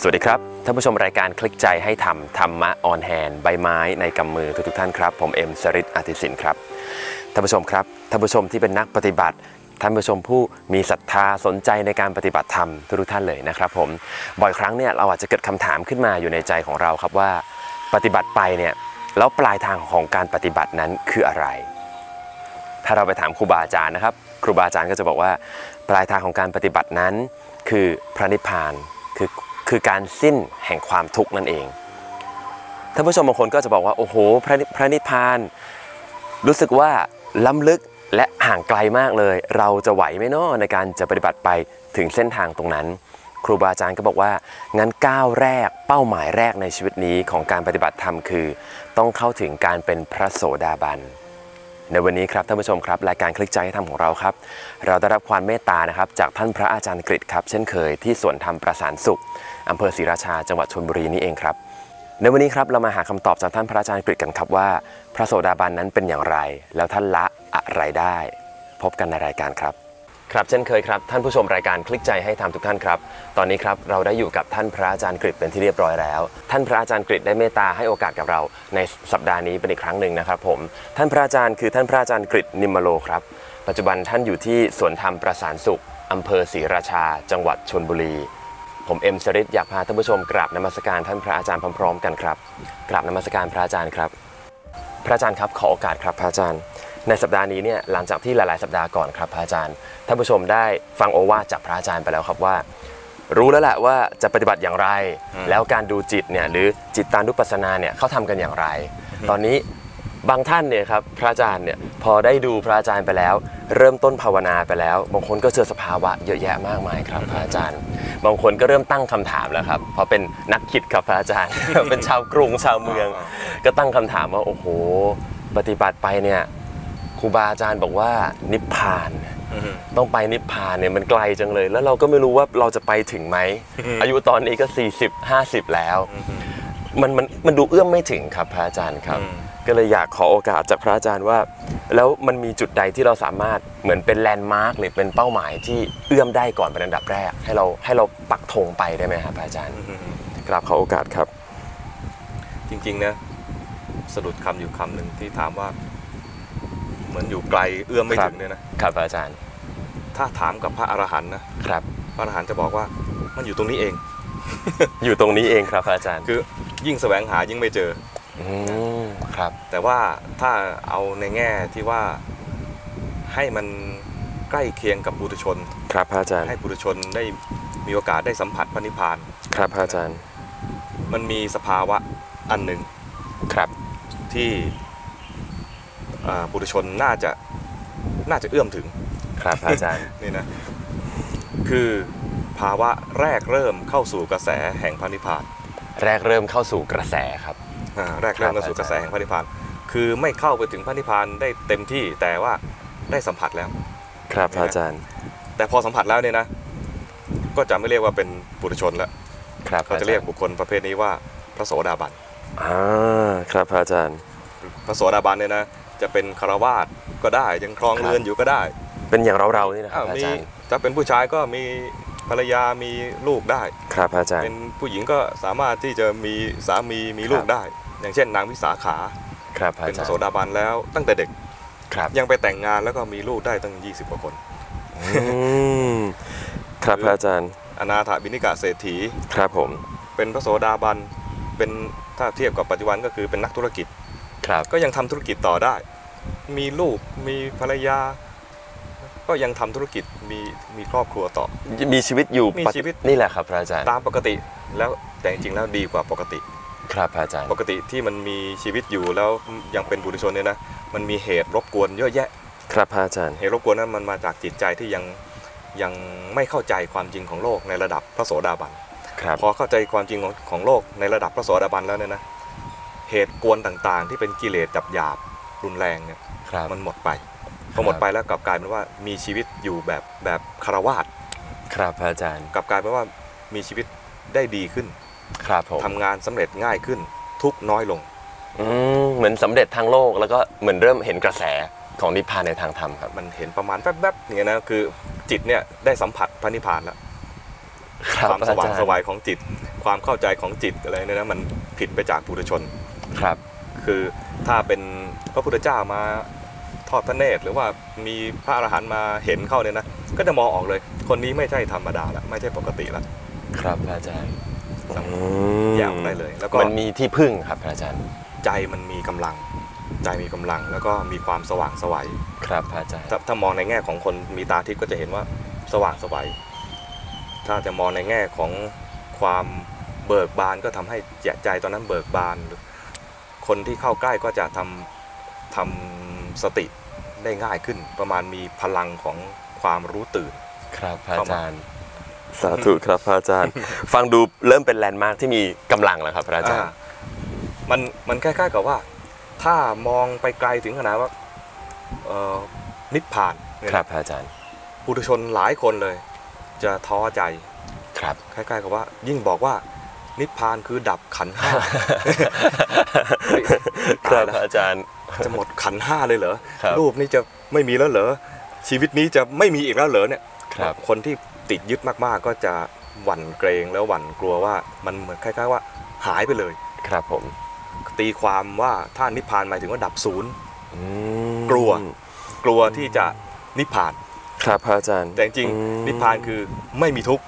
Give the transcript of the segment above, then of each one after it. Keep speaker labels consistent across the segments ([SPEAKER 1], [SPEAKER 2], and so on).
[SPEAKER 1] สวัสดีครับ ท่านผู้ชมรายการคลิกใจให้ทำธรรมะออนแฮนใบไม้ในกำมือทุกทท่านครับ ผมเอ็มสริตอาทิศินครับ ท่านผู้ชมครับท่านผู้ชมที่เป็นนักปฏิบัติ ท่านผู้ชมผู้มีศรัทธาสนใจในการปฏิบัติธรรมทุกๆท่านเลยนะครับผมบ่อยครั้งเนี่ยเราอาจจะเกิดคำถามขึ้นมาอยู่ในใจของเราครับว่า ปฏิบัติไปเนี่ยแล้วปลายทางของการปฏิบัตินั้นคืออะไร ถ้าเราไปถามครูบาอาจารย์นะครับ ครูบาอาจารย์ก็จะบอกว่า ปลายทางของการปฏิบัตินั้น คือพระนิพพานคือคือการสิ้นแห่งความทุกข์นั่นเองท่านผู้ชมบางคนก็จะบอกว่าโอ้โหพระนิพระนิพพาน รู้สึกว่าล้ำลึกและห่างไกลมากเลย เราจะไหวไหมเนาะในการจะปฏิบัติไปถึงเส้นทางตรงนั้น ครูบาอาจารย์ก็บอกว่างั้นก้าวแรกเป้าหมายแรกในชีวิตนี้ของการปฏิบัติธรรมคือ ต้องเข้าถึงการเป็นพระโสดาบัน ในวันนี้ครับท่านผู้ชมครับรายการคลิกใจให้ทำของเราครับ เราได้รับความเมตตานะครับจากท่านพระอาจารย์กฤษครับ เช่นเคยที่สวนธรรมประสานสุขอำเภอศรีราชาจังหวัดชลบุรีนี่เองครับ ในวันนี้ครับเรามาหาคำตอบจากท่านพระอาจารย์กฤษกันครับว่า พระโสดาบันนั้นเป็นอย่างไร แล้วท่านละอะไรได้ พบกันในรายการครับ ครับเช่นเคยครับ ท่านผู้ชมรายการคลิกใจให้ทำทุกท่านครับ ตอนนี้ครับเราได้อยู่กับท่านพระอาจารย์กฤษเป็นที่เรียบร้อยแล้ว ท่านพระอาจารย์กฤษได้เมตตาให้โอกาสกับเราในสัปดาห์นี้เป็นอีกครั้งหนึ่งนะครับผมท่านพระอาจารย์คือท่านพระอาจารย์กฤษนิมมโลครับ ปัจจุบันท่านอยู่ที่สวนธรรมประสานสุขอำเภอศรีราชา จังหวัดชลบุรี ผมเอ็มชริตอยากพาท่านผู้ชมกราบนมัสการท่านพระอาจารย์พร้อมๆกันครับกราบนมัสการพระอาจารย์ครับ พระอาจารย์ครับขอโอกาสครับพระอาจารย์ ในสัปดาห์นี้เนี่ยหลังจากที่หลายๆสัปดาห์ก่อนครับพระอาจารย์ท่านผู้ชมได้ฟังโอวาทจากพระอาจารย์ไปแล้วครับว่า รู้แล้วแหละว่าจะปฏิบัติอย่างไร แล้วการดูจิตเนี่ยหรือจิตตานุปัสสนาเนี่ยเขาทำกันอย่างไร ตอนนี้บางท่านเนี่ยครับพระอาจารย์เนี่ยพอได้ดูพระอาจารย์ไปแล้ว เริ่มต้นภาวนาไปแล้ว บางคนก็เจอสภาวะเยอะแยะมากมายครับพระอาจารย์ บางคนก็เริ่มตั้งคำถามแล้วครับเพราะเป็นนักคิดครับพระอาจารย์ เป็นชาวกรุงชาวเมือง ก็ตั้งคำถามว่าโอ้โห ปฏิบัติไปเนี่ยครูบาอาจารย์บอกว่านิพพาน
[SPEAKER 2] อืม
[SPEAKER 1] ต้องไปนิพพานเนี่ยมันไกลจังเลย แล้วเราก็ไม่รู้ว่าเราจะไปถึงไหม อายุตอนนี้ก็ 40 50 แล้ว มันมันมันดูเอื้อมไม่ถึงครับพระอาจารย์ครับ
[SPEAKER 2] อืม
[SPEAKER 1] ก็เลยอยากขอโอกาสจากพระอาจารย์ว่า แล้วมันมีจุดใดที่เราสามารถเหมือนเป็นแลนด์มาร์กหรือเป็นเป้าหมายที่เอื้อมได้ก่อนเป็นอันดับแรก ให้เราให้เราปักธงไปได้ไหมครับพระอาจารย์กราบขอโอกาสครับ
[SPEAKER 2] จริงๆนะสะดุดคำอยู่คำหนึ่งที่ถามว่า เหมือนอยู่ไกลเอื้อมไม่
[SPEAKER 1] ครับ
[SPEAKER 2] ถึงเนี่ยนะครับ
[SPEAKER 1] พระอาจารย์
[SPEAKER 2] ถ้าถามกับพระอรหันต์นะครับ พระอรหันต์จะบอกว่ามันอยู่ตรงนี้เอง
[SPEAKER 1] อยู่ตรงนี้เองครับพระอาจารย์
[SPEAKER 2] คือยิ่งแสวงหายิ่งไม่เจอ
[SPEAKER 1] อืมครับ
[SPEAKER 2] แต่ว่าถ้าเอาในแง่ที่ว่าให้มันใกล้เคียงกับบุตุชน
[SPEAKER 1] ครับพระอาจารย์
[SPEAKER 2] ให้บุตุชนได้มีโอกาสได้สัมผัสพระนิพพาน
[SPEAKER 1] ครับพระอาจารย์
[SPEAKER 2] มันมีสภาวะอันหนึ่ง
[SPEAKER 1] ครับ
[SPEAKER 2] ที่เอ่อปุถุชนน่าจะน่าจะเอื้อมถึง
[SPEAKER 1] ครับพระอาจารย์
[SPEAKER 2] นี่นะคือภาวะแรกเริ่มเข้าสู่กระแสแห่งพระนิพพาน
[SPEAKER 1] แรกเริ่มเข้าสู่กระแสครับ
[SPEAKER 2] อ่าแรกเริ่มเข้าสู่กระแสแห่งพระนิพพาน คือไม่เข้าไปถึงพระนิพพานได้เต็มที่แต่ว่าได้สัมผัสแล้ว
[SPEAKER 1] ครับพระอาจารย์
[SPEAKER 2] แต่พอสัมผัสแล้วเนี่ยนะ ก็จะไม่เรียกว่าเป็นปุถุชนแล้ว
[SPEAKER 1] ครับ
[SPEAKER 2] เขาจะเรียกบุคคลประเภทนี้ว่าพระโสดาบัน
[SPEAKER 1] อ่าครับพระอาจารย์
[SPEAKER 2] พระโสดาบันเนี่ยนะจะเป็นคารวาสถ์ก็ได้ยังครอง
[SPEAKER 1] ครับ
[SPEAKER 2] เรือนอยู่ก็ได้
[SPEAKER 1] เป็นอย่างเราเราๆนี่นะครั
[SPEAKER 2] อ้า
[SPEAKER 1] บ
[SPEAKER 2] ว
[SPEAKER 1] พระ
[SPEAKER 2] มี
[SPEAKER 1] อาจารย์
[SPEAKER 2] ถ้าเป็นผู้ชายก็มีภรรยามีลูกได้
[SPEAKER 1] ครับพระอาจารย์
[SPEAKER 2] เป็นผู้หญิงก็สามารถที่จะมีสามีมี
[SPEAKER 1] ครับ
[SPEAKER 2] ลูกได้ อย่างเช่น นางวิสาขา
[SPEAKER 1] ครับพระ
[SPEAKER 2] เป็น
[SPEAKER 1] อาจารย์
[SPEAKER 2] พระโสดาบันแล้ว ตั้งแต่เด็ก
[SPEAKER 1] ครับ
[SPEAKER 2] ยังไปแต่งงานแล้วก็มีลูกได้ตั้ง 20กว่าคน
[SPEAKER 1] อืมครับพระอาจารย์
[SPEAKER 2] อนาถบินิกะเศรษฐี
[SPEAKER 1] ครับผม
[SPEAKER 2] เป็นพระโสดาบันเป็นถ้าเทียบกับปัจจุบันก็คือเป็นนักธุรกิจ
[SPEAKER 1] ครับ
[SPEAKER 2] ก็ยังทำธุรกิจต่อได้ มีลูกมีภรรยา ก็ยังทำธุรกิจมีมีครอบครัวต่อ
[SPEAKER 1] มีชีวิตอยู่
[SPEAKER 2] มี
[SPEAKER 1] ปะ
[SPEAKER 2] ชีวิต
[SPEAKER 1] นี่แหละครับพระอาจารย์
[SPEAKER 2] ตามปกติแล้วแต่จริงๆแล้วดีกว่าปกติ
[SPEAKER 1] ครับพระอาจารย์
[SPEAKER 2] ปกติที่มันมีชีวิตอยู่แล้วยังเป็นบุตุชนเนี่ยนะมันมีเหตุรบกวนเยอะแยะ
[SPEAKER 1] ครับพระอาจารย์
[SPEAKER 2] เหตุรบกวนนั้นมันมาจากจิตใจที่ยังยังไม่เข้าใจความจริงของโลกในระดับพระโสดาบัน
[SPEAKER 1] ครับ
[SPEAKER 2] พอเข้าใจความจริงของของโลกในระดับพระโสดาบันแล้วเนี่ยนะเหตุกวนต่างๆ ที่เป็นกิเลสจับหยาบรุนแรงเนี่ย
[SPEAKER 1] ครับ
[SPEAKER 2] มันหมดไปพอหมดไปแล้วกลับกลายเป็นว่ามีชีวิตอยู่แบบแบบคารวาส
[SPEAKER 1] ครับพระอาจารย์
[SPEAKER 2] กลับกลายเป็นว่ามีชีวิตได้ดีขึ้น
[SPEAKER 1] ครับผม
[SPEAKER 2] ทำงานสำเร็จง่ายขึ้นทุกข์น้อยลง
[SPEAKER 1] อืมเหมือนสำเร็จทางโลกแล้วก็เหมือนเริ่มเห็นกระแสของนิพพานในทางธรรมครับ
[SPEAKER 2] มันเห็นประมาณแป๊บๆอย่างเงี้ยนะคือจิตเนี่ยได้สัมผัสพระนิพพานแล้ว
[SPEAKER 1] ครับ
[SPEAKER 2] ความสว่าง
[SPEAKER 1] อาจารย์
[SPEAKER 2] สวายของจิต ความเข้าใจของจิตอะไรเนี่ยนะมันผิดไปจากปุถุชน
[SPEAKER 1] ครับ
[SPEAKER 2] คือถ้าเป็นพระพุทธเจ้ามาทอดพระเนตรหรือว่ามีพระอรหันต์มาเห็นเข้าเนี่ยนะก็จะมองออกเลย คนนี้ไม่ใช่ธรรมดาละไม่ใช่ปกติละ
[SPEAKER 1] ครับอาจารย์
[SPEAKER 2] สามารถ
[SPEAKER 1] อืม
[SPEAKER 2] แยกออกได้เลยแล้วก็
[SPEAKER 1] มันมีที่พึ่งครับอาจารย์
[SPEAKER 2] ใจมันมีกำลัง ใจมีกำลังแล้วก็มีความสว่างไสวัย
[SPEAKER 1] ครับอาจารย์
[SPEAKER 2] ถ้าถ้ามองในแง่ของคนมีตาทิพย์ก็จะเห็นว่าสว่างไสวัยถ้าจะมองในแง่ของความเบิกบานก็ทำให้แจใจตอนนั้นเบิกบาน คนที่เข้าใกล้ก็จะทำทำสติได้ง่ายขึ้น ประมาณมีพลังของความรู้ตื่น
[SPEAKER 1] ครับอาจารย์
[SPEAKER 2] เข้ามา
[SPEAKER 1] สาธุครับอาจารย์ ฟังดูเริ่มเป็นแลนด์มาร์คที่มีกำลังแล้วครับอาจารย์
[SPEAKER 2] อ่ามันมันคล้ายๆกับว่า ถ้ามองไปไกลถึงขนาดว่าเอ่อนิพพานเนี่ย
[SPEAKER 1] ครับอาจารย์
[SPEAKER 2] ปุถุชนหลายคนเลย จะท้อใจ
[SPEAKER 1] ครับ
[SPEAKER 2] คล้ายๆกับว่า ยิ่งบอกว่า นิพพานคือดับขันธ์ห้า เฮ้ย
[SPEAKER 1] ค
[SPEAKER 2] ตา
[SPEAKER 1] รับ
[SPEAKER 2] ยแล้ว
[SPEAKER 1] อาจารย์
[SPEAKER 2] จะหมดขันธ์ห้าเลยเหรอ
[SPEAKER 1] ครับ
[SPEAKER 2] รูปนี้จะไม่มีแล้วเหรอชีวิตนี้จะไม่มีอีกแล้วเหรอเนี่ย
[SPEAKER 1] ครับ
[SPEAKER 2] คนที่ติดยึดมากๆ ก็จะหวั่นเกรงแล้วหวั่นกลัวว่ามันเหมือนคล้าย ๆ ว่าหายไปเลย
[SPEAKER 1] ครับผม
[SPEAKER 2] ตีความว่าถ้านิพพานหมายถึงว่าดับศูนย์
[SPEAKER 1] อืม
[SPEAKER 2] กลัว กลัวที่จะนิพพาน
[SPEAKER 1] ครับอาจารย์
[SPEAKER 2] แต่จริงๆ
[SPEAKER 1] อืม
[SPEAKER 2] นิพพานคือไม่มีทุกข์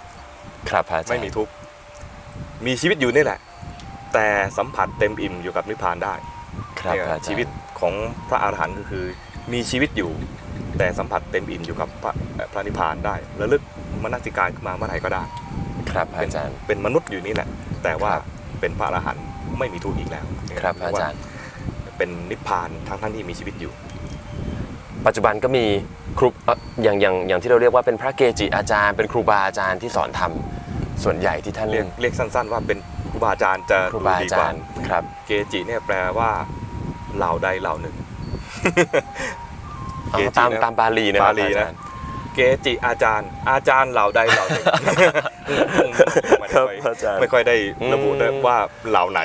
[SPEAKER 1] ครับอาจารย์
[SPEAKER 2] ไม่มีทุกข์มีชีวิตอยู่นี่แหละ แต่สัมผัสเต็มอิ่มอยู่กับนิพพานได้
[SPEAKER 1] ครับ
[SPEAKER 2] เนี่ย
[SPEAKER 1] อาจารย์
[SPEAKER 2] ชีวิตของพระอรหันต์ก็คือ มีชีวิตอยู่ แต่สัมผัสเต็มอิ่มอยู่กับพระเอ่อพระนิพพานได้ระลึกมนสิการมาเมื่อไหร่ก็ได้
[SPEAKER 1] ครับ
[SPEAKER 2] เป็
[SPEAKER 1] อานจารย์
[SPEAKER 2] เป็นมนุษย์อยู่นี่แหละ แต่ว่า
[SPEAKER 1] ครับ
[SPEAKER 2] เป็นพระอรหันต์ไม่มีทุกข์อีกแล้ว
[SPEAKER 1] ครับอาจารย์
[SPEAKER 2] เป็นนิพพานทั้งท่านที่มีชีวิตอยู่
[SPEAKER 1] ปัจจุบันก็มีครูเอ่ออย่างอย่างอย่างที่เราเรียกว่าเป็นพระเกจิอาจารย์ เป็นครูบาอาจารย์ที่สอนธรรมส่วนใหญ่ที่ท่าน
[SPEAKER 2] เรียกเรียกสั้น ๆ ว่าเป็นครูบาอาจารย์จะ
[SPEAKER 1] ครู
[SPEAKER 2] ดู
[SPEAKER 1] บาอา
[SPEAKER 2] ดีก
[SPEAKER 1] จา
[SPEAKER 2] ว่า
[SPEAKER 1] รย์ครับ
[SPEAKER 2] เกจิเนี่ยแปลว่าเหล่าใดเหล่าหนึ่ง
[SPEAKER 1] อ๋อ
[SPEAKER 2] เกจิ
[SPEAKER 1] ตาม
[SPEAKER 2] นะ
[SPEAKER 1] ตามบาลีนะครับ
[SPEAKER 2] บาลี
[SPEAKER 1] อาจา
[SPEAKER 2] นะ
[SPEAKER 1] รย์
[SPEAKER 2] เกจิอาจารย์ อาจารย์เหล่าใดเหล่าหนึ่ง ไม่
[SPEAKER 1] ครับ
[SPEAKER 2] ค่อย
[SPEAKER 1] อาจารย์
[SPEAKER 2] ไม่ค่อยได้ระบุ
[SPEAKER 1] อืม
[SPEAKER 2] ได้ว่าเหล่าไหน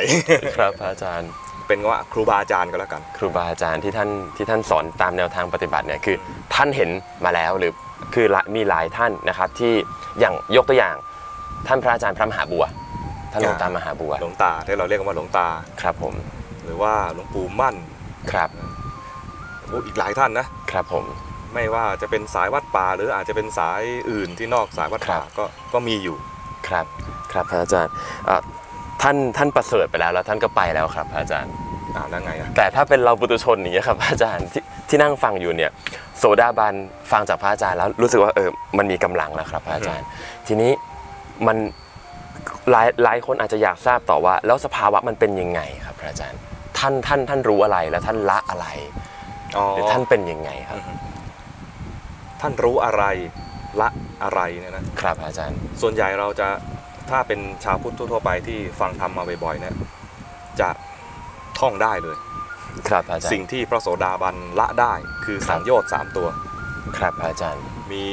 [SPEAKER 1] ครับอาจารย์
[SPEAKER 2] เป็นว่าครูบาอาจารย์ก็แล้วกัน
[SPEAKER 1] ครูบาอาจารย์ที่ท่านที่ท่านสอนตามแนวทางปฏิบัติเนี่ยคือท่านเห็นมาแล้วหรือคือละมีหลายท่านนะครับที่อย่างยกตัวอย่าง ท่านพระอาจารย์พระมหาบัว ท่านหลวงตามหาบัว
[SPEAKER 2] หลวงตาที่เราเรียกกันว่าหลวงตา
[SPEAKER 1] ครับผม
[SPEAKER 2] หรือว่าหลวงปู่มั่น
[SPEAKER 1] ครับ
[SPEAKER 2] โอ้อีกหลายท่านนะ
[SPEAKER 1] ครับผม
[SPEAKER 2] ไม่ว่าจะเป็นสายวัดป่า หรืออาจจะเป็นสายอื่นที่นอกสายวัด
[SPEAKER 1] ค
[SPEAKER 2] ป่า
[SPEAKER 1] รับ
[SPEAKER 2] ก็ก็มีอยู่
[SPEAKER 1] ครับครับพระอาจารย์เอ่อท่านท่านประเสริฐไปแล้วแล้วท่านก็ไปแล้วครับพระอาจารย์
[SPEAKER 2] อ่าแล้วไงอะ
[SPEAKER 1] แต่ถ้าเป็นเราปุตุชนอย่างเงี้ยครับ อาจารย์ที่ที่นั่งฟังอยู่เนี่ยโสดาบันฟังจากพระอาจารย์แล้วรู้สึกว่าเออมันมีกำลังแล้วครับพระอาจารย์ ทีนี้มันหลายหลายคนอาจจะอยากทราบต่อว่า แล้วสภาวะมันเป็นยังไงครับพระอาจารย์ ท่านท่านท่านรู้อะไรแล้วท่านละอะไร
[SPEAKER 2] อ๋อ
[SPEAKER 1] หรือท่านเป็นยังไงครับ
[SPEAKER 2] อืม ท่านรู้อะไรละอะไรเนี่ยนะ
[SPEAKER 1] ครับอาจารย์
[SPEAKER 2] ส่วนใหญ่เราจะถ้าเป็นชาวพุทธทั่วๆไปที่ฟังธรรมมาบ่อยๆเนี่ยจะท่องได้เลย
[SPEAKER 1] ครับอาจาร
[SPEAKER 2] สิ่ง
[SPEAKER 1] ย์
[SPEAKER 2] ที่พระโสดาบันละได้คือสังโยชน์สามตัว
[SPEAKER 1] ครับอาจารย์
[SPEAKER 2] มี